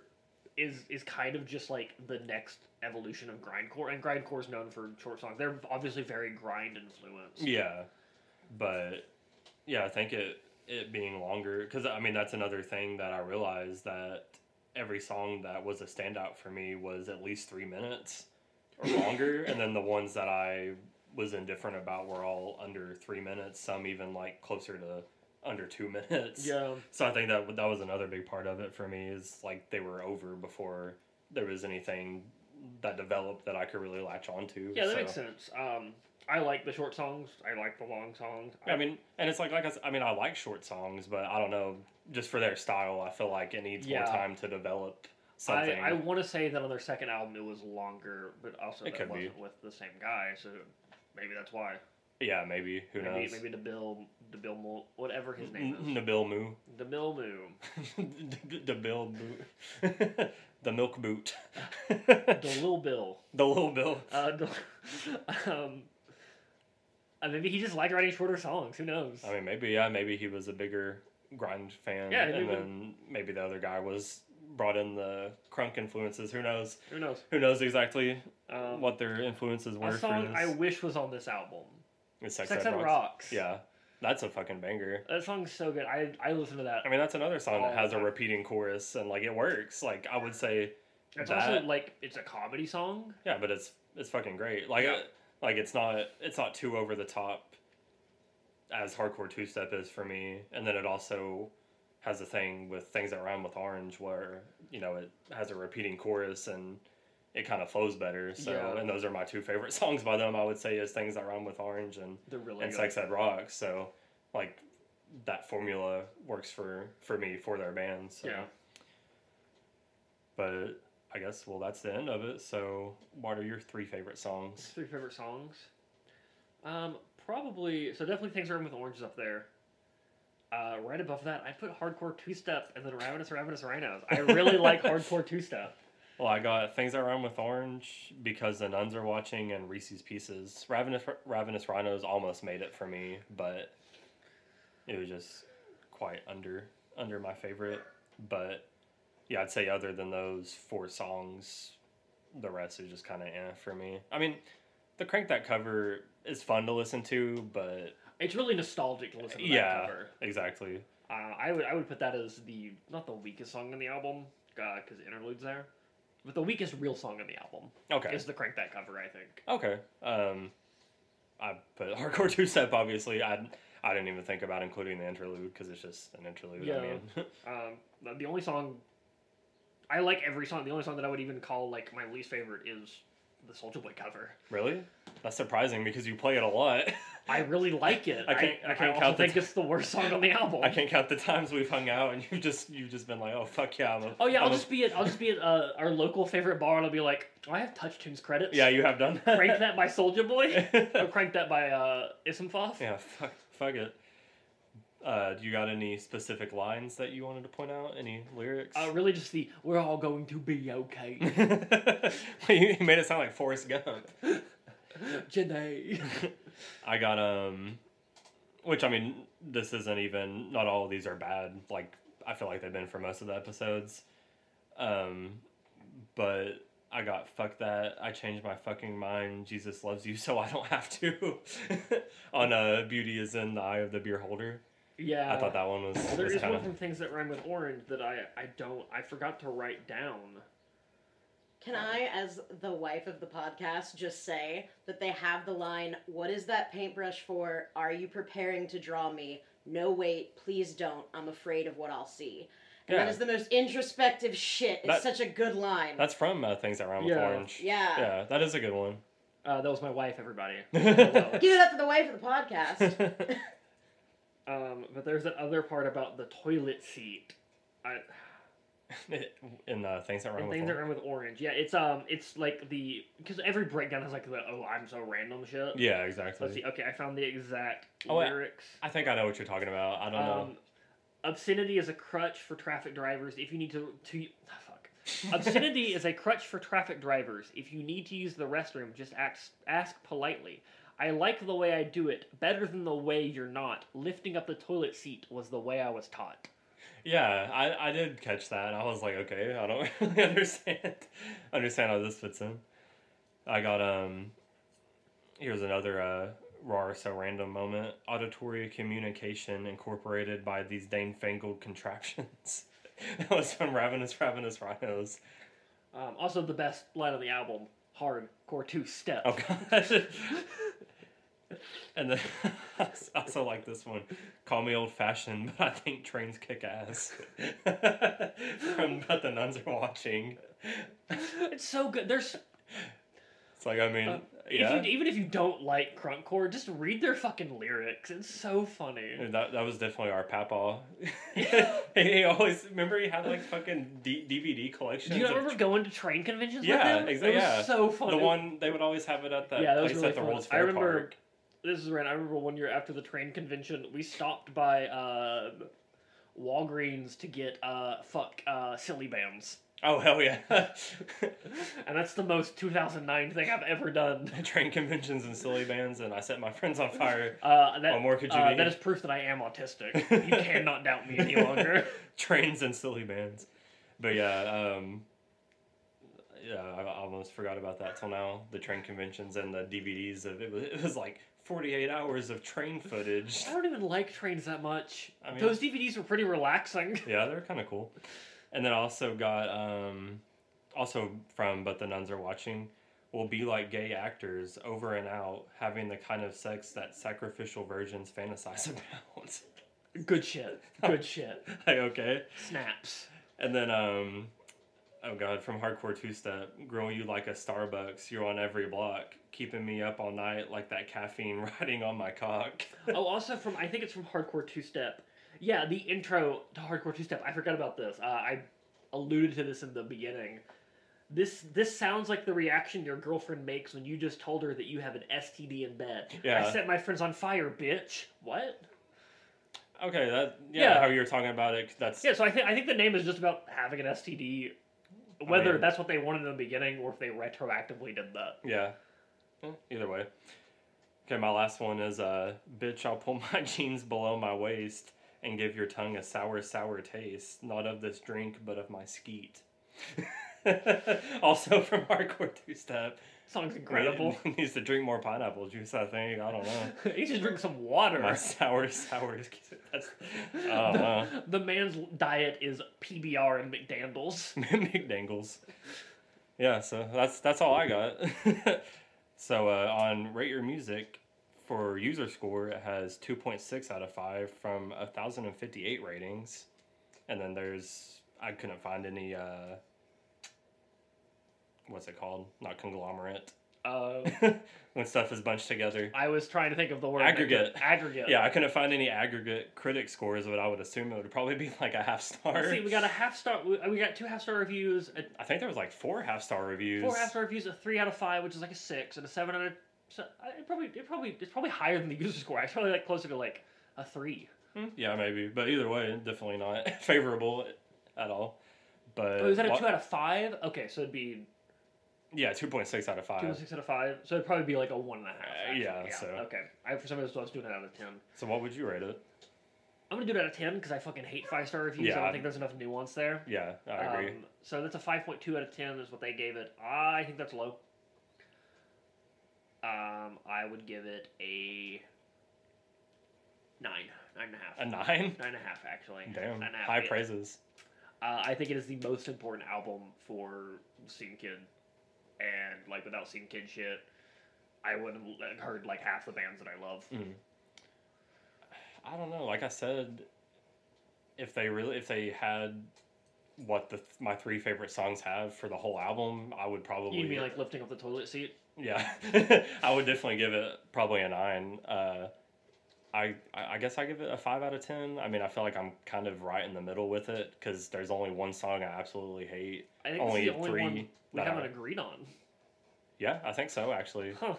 [SPEAKER 1] is is kind of just like the next evolution of grindcore, and grindcore is known for short songs. They're obviously very grind influenced.
[SPEAKER 2] yeah, but yeah, I think it it being longer because I mean that's another thing that I realized that every song that was a standout for me was at least three minutes or longer, and then the ones that I was indifferent about were all under three minutes. Some even like closer to under two minutes.
[SPEAKER 1] Yeah,
[SPEAKER 2] So I think that that was another big part of it for me is like they were over before there was anything that developed that I could really latch onto.
[SPEAKER 1] yeah, that
[SPEAKER 2] so.
[SPEAKER 1] makes sense. Um, I like the short songs. I like the long songs.
[SPEAKER 2] I mean, and it's like like I, s- I mean I like short songs, but I don't know just for their style, I feel like it needs
[SPEAKER 1] Yeah.
[SPEAKER 2] more time to
[SPEAKER 1] I,
[SPEAKER 2] develop something.
[SPEAKER 1] I want to say that on their second album it was longer, but also
[SPEAKER 2] It
[SPEAKER 1] that
[SPEAKER 2] could be.
[SPEAKER 1] wasn't with the same guy, so maybe that's why.
[SPEAKER 2] yeah, maybe who
[SPEAKER 1] maybe
[SPEAKER 2] knows?
[SPEAKER 1] maybe the Bill the Bill Mo- whatever his name is
[SPEAKER 2] N- Nabil Moo,
[SPEAKER 1] the Mill Moo.
[SPEAKER 2] the Bill Boot, the Milk Boot,
[SPEAKER 1] The
[SPEAKER 2] the
[SPEAKER 1] Lil Bill.
[SPEAKER 2] Little Bill.
[SPEAKER 1] Uh, the- um, uh, maybe he just liked writing shorter songs. Who knows?
[SPEAKER 2] I mean, maybe yeah, maybe he was a bigger grind fan,
[SPEAKER 1] Yeah,
[SPEAKER 2] and
[SPEAKER 1] maybe.
[SPEAKER 2] then maybe the other guy was brought in the crunk influences. Who knows?
[SPEAKER 1] Who knows?
[SPEAKER 2] Who knows exactly
[SPEAKER 1] Um,
[SPEAKER 2] what their influences were
[SPEAKER 1] a song
[SPEAKER 2] for
[SPEAKER 1] I
[SPEAKER 2] this?
[SPEAKER 1] wish was on this album.
[SPEAKER 2] It's
[SPEAKER 1] Sex Ed Rocks.
[SPEAKER 2] Yeah, That's a fucking banger.
[SPEAKER 1] That song's so good. I I listen to that.
[SPEAKER 2] I mean, that's another song
[SPEAKER 1] Oh,
[SPEAKER 2] that has a
[SPEAKER 1] yeah.
[SPEAKER 2] repeating chorus and like it works. Like I would say,
[SPEAKER 1] It's
[SPEAKER 2] that-
[SPEAKER 1] also like it's a comedy song.
[SPEAKER 2] yeah, but it's it's fucking great. Like
[SPEAKER 1] Yeah.
[SPEAKER 2] I, like it's not it's not too over the top as hardcore two step is for me. And then it also has a thing with things that rhyme with orange where you know it has a repeating chorus and it kind of flows better. So
[SPEAKER 1] Yeah.
[SPEAKER 2] and those are my two favorite songs by them. I would say is things that rhyme with orange and
[SPEAKER 1] They're really
[SPEAKER 2] and
[SPEAKER 1] good.
[SPEAKER 2] Sex Ed Rock. So like that formula works for for me for their band. So.
[SPEAKER 1] Yeah.
[SPEAKER 2] But I guess well that's the end of it. So what are your three favorite songs?
[SPEAKER 1] Three favorite songs. Um, probably so. Definitely, things rhyme with oranges up there. Uh, right above that, I put hardcore two step and then ravenous ravenous rhinos. I really like hardcore two step.
[SPEAKER 2] Well, I got things that rhyme with orange because the nuns are watching and Reese's Pieces. Ravenous Ravenous Rhinos almost made it for me, but it was just quite under under my favorite. But yeah, I'd say other than those four songs, the rest is just kind of eh for me. I mean, the crank that cover is fun to listen to, but
[SPEAKER 1] It's really nostalgic to listen to
[SPEAKER 2] Yeah.
[SPEAKER 1] that cover.
[SPEAKER 2] exactly.
[SPEAKER 1] Uh, I would I would put that as the not the weakest song on the album because interludes there, but the weakest real song on the album
[SPEAKER 2] Okay.
[SPEAKER 1] is the crank that cover. I think.
[SPEAKER 2] Okay. Um, I put hardcore two step. Obviously, I I didn't even think about including the interlude because it's just an interlude. I
[SPEAKER 1] Yeah.
[SPEAKER 2] mean,
[SPEAKER 1] Um, the- the only song I like every song. The only song that I would even call like my least favorite is the Soldier Boy cover.
[SPEAKER 2] really, that's surprising because you play it a lot.
[SPEAKER 1] I really like it.
[SPEAKER 2] I can't- I can't
[SPEAKER 1] also
[SPEAKER 2] count the
[SPEAKER 1] think it's the worst song on the album.
[SPEAKER 2] I can't count the times we've hung out and you've just you've just been like, oh fuck yeah, I'm a,
[SPEAKER 1] Oh yeah,
[SPEAKER 2] I'm
[SPEAKER 1] I'll
[SPEAKER 2] a-
[SPEAKER 1] just be at I'll just be at uh, our local favorite bar and I'll be like, do I have Touch Tunes credits?
[SPEAKER 2] yeah, you have done
[SPEAKER 1] Crank that by Soldier Boy. or
[SPEAKER 2] that.
[SPEAKER 1] crank that by uh, Ismfoff.
[SPEAKER 2] yeah, fuck, fuck it. Uh, do you got any specific lines that you wanted to point out? Any lyrics?
[SPEAKER 1] Uh, really, just the we're all going to be okay,
[SPEAKER 2] you made it sound like Forrest Gump.
[SPEAKER 1] Janae.
[SPEAKER 2] I got um, which I mean, this isn't even. Not all of these are bad. Like I feel like they've been for most of the episodes. Um, but I got fuck that. I changed my fucking mind. Jesus loves you, so I don't have to. On uh, beauty is in the eye of the beer holder.
[SPEAKER 1] yeah.
[SPEAKER 2] I thought that one was,
[SPEAKER 1] There
[SPEAKER 2] was
[SPEAKER 1] is
[SPEAKER 2] kind
[SPEAKER 1] one
[SPEAKER 2] of
[SPEAKER 1] from things that rhyme with orange that I I don't I forgot to write down.
[SPEAKER 3] Can I, as the wife of the podcast, just say that they have the line, What is that paintbrush for? Are you preparing to draw me? No, wait, please don't. I'm afraid of what I'll see. And
[SPEAKER 2] Yeah.
[SPEAKER 3] that is the most introspective shit.
[SPEAKER 2] That-
[SPEAKER 3] It's such a good line.
[SPEAKER 2] that's from uh, things that rhyme with
[SPEAKER 1] Yeah.
[SPEAKER 2] orange.
[SPEAKER 3] Yeah.
[SPEAKER 2] yeah, that is a good one.
[SPEAKER 1] Uh, that was my wife, everybody. Oh,
[SPEAKER 3] Give it up for the wife of the podcast.
[SPEAKER 1] um, but there's that other part about the toilet seat. I,
[SPEAKER 2] in uh, things that rhyme
[SPEAKER 1] and
[SPEAKER 2] with
[SPEAKER 1] things
[SPEAKER 2] orange.
[SPEAKER 1] that rhyme with orange. Yeah, it's um, it's like the because every breakdown has like the oh I'm so random shit.
[SPEAKER 2] yeah,
[SPEAKER 1] Let's
[SPEAKER 2] exactly.
[SPEAKER 1] see. Okay, I found the exact
[SPEAKER 2] Oh, wait.
[SPEAKER 1] lyrics.
[SPEAKER 2] I think I know what you're talking about. I don't know.
[SPEAKER 1] Um, obscenity is a crutch for traffic drivers. If you need to to ah, fuck. Obscenity is a crutch for traffic drivers. If you need to use the restroom, just ask ask politely. I like the way I do it better than the way you're not. Lifting up the toilet seat was the way I was taught.
[SPEAKER 2] Yeah, I, I did catch that. and I was like, okay, I don't really understand understand how this fits in. I got um here's another uh raw so random moment. Auditory communication incorporated by these danfangled contraptions. that was from Ravenous Ravenous Rhinos.
[SPEAKER 1] Um, also, the best line on the album: hardcore two step.
[SPEAKER 2] Oh god. and then I also like this one. Call me old fashioned, but I think trains kick ass. From But the Nuns Are Watching.
[SPEAKER 1] It's so good. There's
[SPEAKER 2] It's like I mean,
[SPEAKER 1] Uh,
[SPEAKER 2] yeah.
[SPEAKER 1] if you, even if you don't like crunkcore, just read their fucking lyrics. It's so funny.
[SPEAKER 2] that, that was definitely our papa. he, he always remember he had like fucking D- DVD collections.
[SPEAKER 1] Do you not
[SPEAKER 2] of-
[SPEAKER 1] remember going to train conventions
[SPEAKER 2] Yeah,
[SPEAKER 1] with them?
[SPEAKER 2] exa-
[SPEAKER 1] It was
[SPEAKER 2] yeah.
[SPEAKER 1] so funny.
[SPEAKER 2] the one they would always have it at that
[SPEAKER 1] Yeah, that was
[SPEAKER 2] place
[SPEAKER 1] really
[SPEAKER 2] at the
[SPEAKER 1] fun.
[SPEAKER 2] World's
[SPEAKER 1] I
[SPEAKER 2] Fair
[SPEAKER 1] remember-
[SPEAKER 2] Park.
[SPEAKER 1] This is right. I remember one year after the train convention, we stopped by uh, Walgreens to get uh, fuck uh, silly bands,
[SPEAKER 2] Oh hell yeah!
[SPEAKER 1] and that's the most 2009 thing I've ever done.
[SPEAKER 2] Train conventions and silly bands, and I set my friends on fire.
[SPEAKER 1] Uh, that,
[SPEAKER 2] What more could you
[SPEAKER 1] uh,
[SPEAKER 2] need?
[SPEAKER 1] that is proof that I am autistic. you cannot doubt me any longer.
[SPEAKER 2] Trains and silly bands, but yeah, um, yeah, I I almost forgot about that till now. The train conventions and the DVDs of it was, it was like 48 hours of train footage.
[SPEAKER 1] I don't even like trains that much.
[SPEAKER 2] I mean-
[SPEAKER 1] Those DVDs were pretty relaxing.
[SPEAKER 2] yeah, they're kind of cool. And then I also got um, also from But the Nuns Are Watching will be like gay actors over and out having the kind of sex that sacrificial virgins fantasize about.
[SPEAKER 1] Good shit. Good shit.
[SPEAKER 2] like, okay.
[SPEAKER 1] Snaps.
[SPEAKER 2] And then um oh god, from hardcore two step, girl you like a Starbucks, you're on every block, keeping me up all night like that caffeine riding on my cock.
[SPEAKER 1] oh, also from I think it's from Hardcore Two Step. Yeah, the intro to Hardcore Two Step. I forgot about this. Uh, I alluded to this in the beginning. This this sounds like the reaction your girlfriend makes when you just told her that you have an STD in bed. I
[SPEAKER 2] Yeah.
[SPEAKER 1] set my friends on fire, bitch. What?
[SPEAKER 2] Okay, that yeah,
[SPEAKER 1] Yeah.
[SPEAKER 2] how you were talking about it, that's
[SPEAKER 1] Yeah. So I think I think the name is just about having an STD. Whether
[SPEAKER 2] mean-
[SPEAKER 1] that's what they wanted in the beginning or if they retroactively did that.
[SPEAKER 2] Yeah. Eh, Either way. Okay, my last one is uh bitch, I'll pull my jeans below my waist and give your tongue a sour, sour taste, not of this drink, but of my skeet. also from hardcore two step.
[SPEAKER 1] Song's incredible.
[SPEAKER 2] needs to drink more pineapple juice, I think. I don't know.
[SPEAKER 1] he should drink some water.
[SPEAKER 2] my oh, sour, sour that's I don't know.
[SPEAKER 1] The man's diet is PBR and McDaniels.
[SPEAKER 2] McDangles. Yeah, so that's that's all I got. so uh, on Rate Your Music for user score, it has two point six out of five from thousand and fifty eight ratings, and then there's I couldn't find any. Uh, what's it called? Not conglomerate.
[SPEAKER 1] Uh,
[SPEAKER 2] when stuff is bunched together.
[SPEAKER 1] I was trying to think of the word
[SPEAKER 2] Aggregate.
[SPEAKER 1] Aggregate.
[SPEAKER 2] Yeah, I couldn't find any aggregate critic scores, but I would assume it would probably be like a half star.
[SPEAKER 1] Let's see, we got a half star. We we got two half star reviews, a
[SPEAKER 2] I think there was like four half star reviews.
[SPEAKER 1] four half star reviews, a three out of five, which is like a six, and a seven out of. So I- it probably it probably it's probably higher than the user score. It's probably like closer to like a three.
[SPEAKER 2] Yeah, maybe. But either way, definitely not favorable at all. But
[SPEAKER 1] Oh, is that a
[SPEAKER 2] wa-
[SPEAKER 1] two out of five? Okay, so it'd be
[SPEAKER 2] yeah, two point six out of
[SPEAKER 1] two
[SPEAKER 2] five.
[SPEAKER 1] and six out of five. So it'd probably be like a one and a half.
[SPEAKER 2] Uh, yeah,
[SPEAKER 1] actually.
[SPEAKER 2] so-
[SPEAKER 1] okay. I for some reason I was doing it out of ten.
[SPEAKER 2] So what would you rate it?
[SPEAKER 1] I'm gonna do it out of ten because I fucking hate five star reviews. I
[SPEAKER 2] Yeah,
[SPEAKER 1] don't
[SPEAKER 2] I-
[SPEAKER 1] think there's enough nuance there.
[SPEAKER 2] Yeah, I agree.
[SPEAKER 1] Um, so that's a 5.2 out of 10 is what they gave it. I think that's low. Um, I would give it a nine, nine and a half.
[SPEAKER 2] a nine.
[SPEAKER 1] Nine and a half, actually.
[SPEAKER 2] Damn,
[SPEAKER 1] Nine and a half.
[SPEAKER 2] high
[SPEAKER 1] It-
[SPEAKER 2] praises.
[SPEAKER 1] Uh, I think it is the most important album for Scene Kid, and like without Scene Kid shit, I wouldn't have heard like half the bands that I love.
[SPEAKER 2] Mm. I don't know. Like I said, if they really, if they had what the my three favorite songs have for the whole album, I would probably
[SPEAKER 1] You mean like lifting up the toilet seat?
[SPEAKER 2] Yeah, I would definitely give it probably a nine. Uh, I I I guess I give it a five out of ten. I mean, I feel like I'm kind of right in the middle with it because there's only one song I absolutely hate.
[SPEAKER 1] I think
[SPEAKER 2] Only
[SPEAKER 1] this is the only
[SPEAKER 2] three
[SPEAKER 1] one we
[SPEAKER 2] that I-
[SPEAKER 1] haven't agreed on.
[SPEAKER 2] Yeah, I think so. Actually,
[SPEAKER 1] Huh.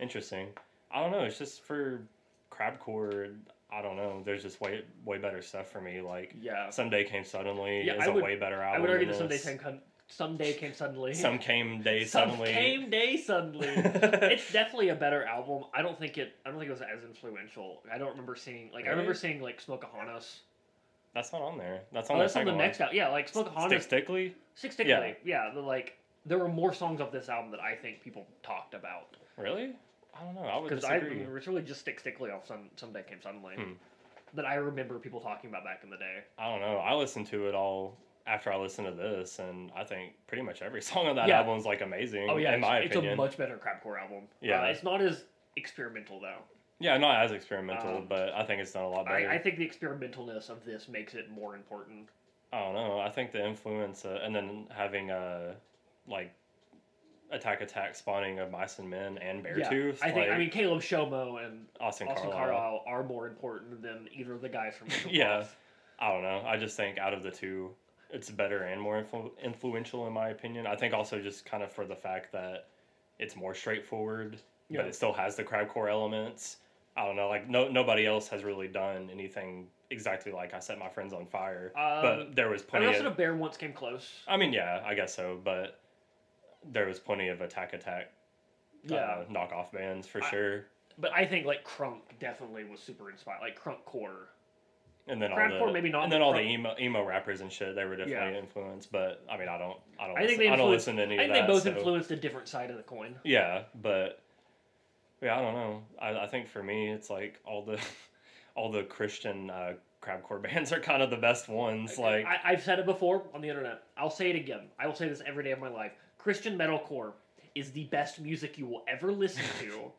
[SPEAKER 2] interesting. I don't know. It's just for crabcore. I don't know. There's just way way better stuff for me. Like
[SPEAKER 1] Yeah.
[SPEAKER 2] someday came suddenly
[SPEAKER 1] Yeah,
[SPEAKER 2] is
[SPEAKER 1] I
[SPEAKER 2] a
[SPEAKER 1] would-
[SPEAKER 2] way better
[SPEAKER 1] I
[SPEAKER 2] album.
[SPEAKER 1] would argue
[SPEAKER 2] than
[SPEAKER 1] that someday
[SPEAKER 2] this.
[SPEAKER 1] came con- someday came suddenly.
[SPEAKER 2] some came day
[SPEAKER 1] Some
[SPEAKER 2] suddenly.
[SPEAKER 1] came day suddenly. it's definitely a better album. I don't think it. I don't think it was as influential. I don't remember seeing like I remember
[SPEAKER 2] Really?
[SPEAKER 1] seeing like Smokeahonas.
[SPEAKER 2] That's not on there. That's on
[SPEAKER 1] Oh,
[SPEAKER 2] the
[SPEAKER 1] that's on
[SPEAKER 2] second
[SPEAKER 1] the
[SPEAKER 2] one.
[SPEAKER 1] next album. Yeah, like Smokeahonas.
[SPEAKER 2] Stick Stickly.
[SPEAKER 1] Six Stick
[SPEAKER 2] yeah.
[SPEAKER 1] Lady. Yeah, the, like there were more songs of this album that I think people talked about
[SPEAKER 2] Really? I don't know. I would
[SPEAKER 1] because I
[SPEAKER 2] disagree.
[SPEAKER 1] remember it's really just Stick Stickly off some someday came suddenly
[SPEAKER 2] Hmm.
[SPEAKER 1] that I remember people talking about back in the day.
[SPEAKER 2] I don't know. I listened to it all after I listened to this, and I think pretty much every song on that
[SPEAKER 1] Yeah.
[SPEAKER 2] album is like amazing.
[SPEAKER 1] Oh yeah,
[SPEAKER 2] in
[SPEAKER 1] it's,
[SPEAKER 2] my
[SPEAKER 1] it's
[SPEAKER 2] opinion.
[SPEAKER 1] a much better crapcore album.
[SPEAKER 2] Yeah.
[SPEAKER 1] Uh, it's not as experimental though.
[SPEAKER 2] yeah, not as experimental,
[SPEAKER 1] Um,
[SPEAKER 2] but I think it's done a lot better.
[SPEAKER 1] I,
[SPEAKER 2] I,
[SPEAKER 1] I think the experimentalness of this makes it more important.
[SPEAKER 2] don't know. I think the influence, uh, and then having uh, like Attack Attack spawning of Mice and Men and Beartooth.
[SPEAKER 1] I think. I
[SPEAKER 2] like,
[SPEAKER 1] mean, Caleb Shomo and
[SPEAKER 2] Austin,
[SPEAKER 1] Austin
[SPEAKER 2] Carlisle.
[SPEAKER 1] Carlisle are more important than either of the guys from. Um, Human
[SPEAKER 2] Yeah.
[SPEAKER 1] Loss.
[SPEAKER 2] I don't know. I just think out of the two, it's better and more influ- influential in my opinion. I think also just kind of for the fact that it's more straightforward,
[SPEAKER 1] Yeah.
[SPEAKER 2] but it still has the crabcore elements. I don't know. Like no nobody else has really done anything exactly like I set my friends on fire,
[SPEAKER 1] Um,
[SPEAKER 2] but Uh, there was
[SPEAKER 1] I
[SPEAKER 2] plenty.
[SPEAKER 1] Arrested
[SPEAKER 2] Of,
[SPEAKER 1] a Bear once came close.
[SPEAKER 2] I mean, yeah, I guess so, but there was plenty of attack attack
[SPEAKER 1] Yeah,
[SPEAKER 2] uh, knockoff bands for
[SPEAKER 1] I-
[SPEAKER 2] sure.
[SPEAKER 1] but I think like Crunk definitely was super inspired. Like Crunk Core
[SPEAKER 2] and then all
[SPEAKER 1] Crabcore,
[SPEAKER 2] the
[SPEAKER 1] maybe not,
[SPEAKER 2] and then
[SPEAKER 1] but
[SPEAKER 2] all
[SPEAKER 1] prob-
[SPEAKER 2] the emo emo rappers and shit. They were definitely influenced, but I mean, I don't, I don't,
[SPEAKER 1] I
[SPEAKER 2] listen,
[SPEAKER 1] think they
[SPEAKER 2] I don't
[SPEAKER 1] influenced-
[SPEAKER 2] listen to any
[SPEAKER 1] I
[SPEAKER 2] of
[SPEAKER 1] think
[SPEAKER 2] that.
[SPEAKER 1] they both
[SPEAKER 2] so-
[SPEAKER 1] influenced a different side of the coin.
[SPEAKER 2] Yeah, but yeah, I don't know. I, I think for me, it's like all the all the Christian uh, crabcore bands are kind of the best ones. Like
[SPEAKER 1] I, I've said it before on the internet. I'll say it again. I will say this every day of my life. Christian metalcore is the best music you will ever listen to.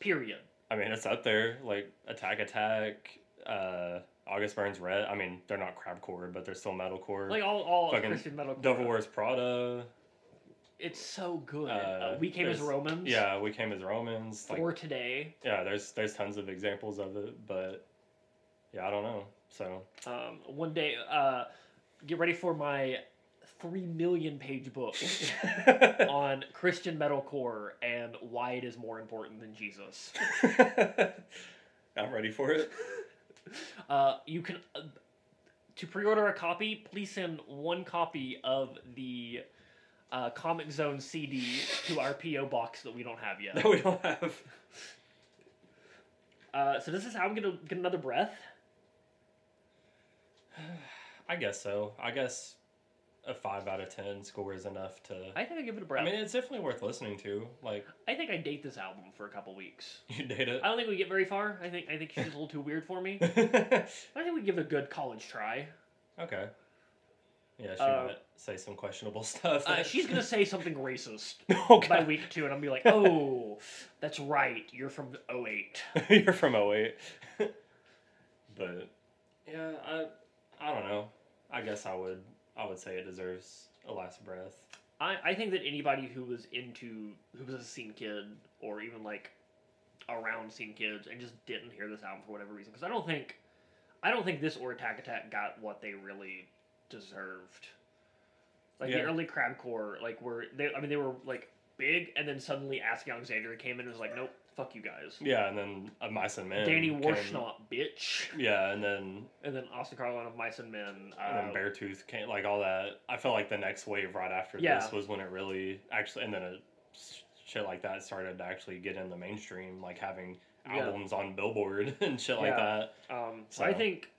[SPEAKER 1] period.
[SPEAKER 2] I mean, it's up there. Like Attack Attack, uh, August Burns Red. I mean, they're not crabcore, but they're still metalcore.
[SPEAKER 1] Like all, all of
[SPEAKER 2] Fucking
[SPEAKER 1] Christian metalcore.
[SPEAKER 2] Devil Wears Prada.
[SPEAKER 1] It's so good.
[SPEAKER 2] Uh,
[SPEAKER 1] Uh, we came as
[SPEAKER 2] there's-
[SPEAKER 1] Romans.
[SPEAKER 2] Yeah, we came as Romans. Like
[SPEAKER 1] For today.
[SPEAKER 2] yeah, there's there's tons of examples of it, but yeah, I don't know. So
[SPEAKER 1] Um, one day, uh, get ready for my three million page book on Christian metalcore and why it is more important than Jesus.
[SPEAKER 2] I'm ready for it.
[SPEAKER 1] Uh, you can uh, to pre-order a copy. Please send one copy of the uh, Comic Zone CD to our PO box that we don't have yet.
[SPEAKER 2] That we don't have.
[SPEAKER 1] Uh, so this is how I'm gonna get another breath.
[SPEAKER 2] I guess so. I guess a five out of ten score is enough to.
[SPEAKER 1] I think I give it a
[SPEAKER 2] I
[SPEAKER 1] breath. I,
[SPEAKER 2] mean, it's definitely worth listening to. Like
[SPEAKER 1] think I date this album for a couple weeks.
[SPEAKER 2] you did it.
[SPEAKER 1] I don't think we get very far. I think I think she's a little too weird for me. I think we give it a good college try.
[SPEAKER 2] okay. Yeah, she
[SPEAKER 1] Uh,
[SPEAKER 2] might say some questionable stuff.
[SPEAKER 1] Uh,
[SPEAKER 2] that-
[SPEAKER 1] she's gonna say something racist
[SPEAKER 2] Oh,
[SPEAKER 1] by
[SPEAKER 2] God.
[SPEAKER 1] week two, and I'm gonna be like, "Oh, that's right. You're from 08.
[SPEAKER 2] You're from 08. but yeah, I I don't know. I guess I would I would say it deserves a last breath.
[SPEAKER 1] I, I think that anybody who was into who was a scene kid or even like around scene kids and just didn't hear this album for whatever reason because I don't think I don't think this or Attack Attack got what they really deserved. Like the
[SPEAKER 2] Yeah.
[SPEAKER 1] early crabcore, like were they? I mean, they were like big, and then suddenly Ask Alexandria came in and was like, "Nope, fuck you guys."
[SPEAKER 2] Yeah, and then of mice and men.
[SPEAKER 1] Danny
[SPEAKER 2] came-
[SPEAKER 1] Warschnott, bitch,
[SPEAKER 2] Yeah, and then
[SPEAKER 1] and then Austin Carlin of Mice and Men. Uh,
[SPEAKER 2] and then Beartooth came like all that. I felt like the next wave right after
[SPEAKER 1] Yeah.
[SPEAKER 2] this was when it really actually, and then it, shit like that started to actually get in the mainstream, like having
[SPEAKER 1] Yeah.
[SPEAKER 2] albums on Billboard and shit like
[SPEAKER 1] Yeah.
[SPEAKER 2] that.
[SPEAKER 1] Um, so I
[SPEAKER 2] So-
[SPEAKER 1] think,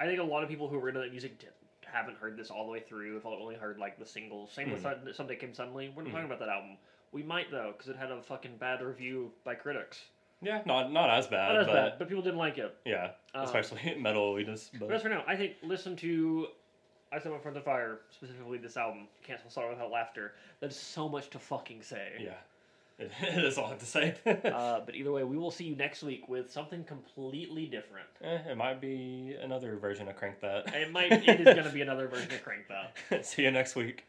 [SPEAKER 1] I think a lot of people who were into that music did, haven't heard this all the way through. If only heard like the singles. Same with
[SPEAKER 2] Hmm.
[SPEAKER 1] Sun "Someday Came Suddenly." We're not
[SPEAKER 2] Mhm.
[SPEAKER 1] talking about that album. We might though, because it had a fucking bad review by critics.
[SPEAKER 2] Yeah, not not as bad,
[SPEAKER 1] Not as
[SPEAKER 2] Uh, but
[SPEAKER 1] bad, but people didn't like it.
[SPEAKER 2] yeah,
[SPEAKER 1] Um,
[SPEAKER 2] especially metal elitist. But
[SPEAKER 1] But as for now, I think listen to "I Set My Friends on Fire," specifically this album, "Cancel Sorrow Without Laughter." That's so much to fucking say.
[SPEAKER 2] yeah, it, it is all I have to say.
[SPEAKER 1] Uh, but either way, we will see you next week with something completely different.
[SPEAKER 2] Eh, it might be another version of Crank That.
[SPEAKER 1] It might. It is going to be another version of Crank That.
[SPEAKER 2] See you next week.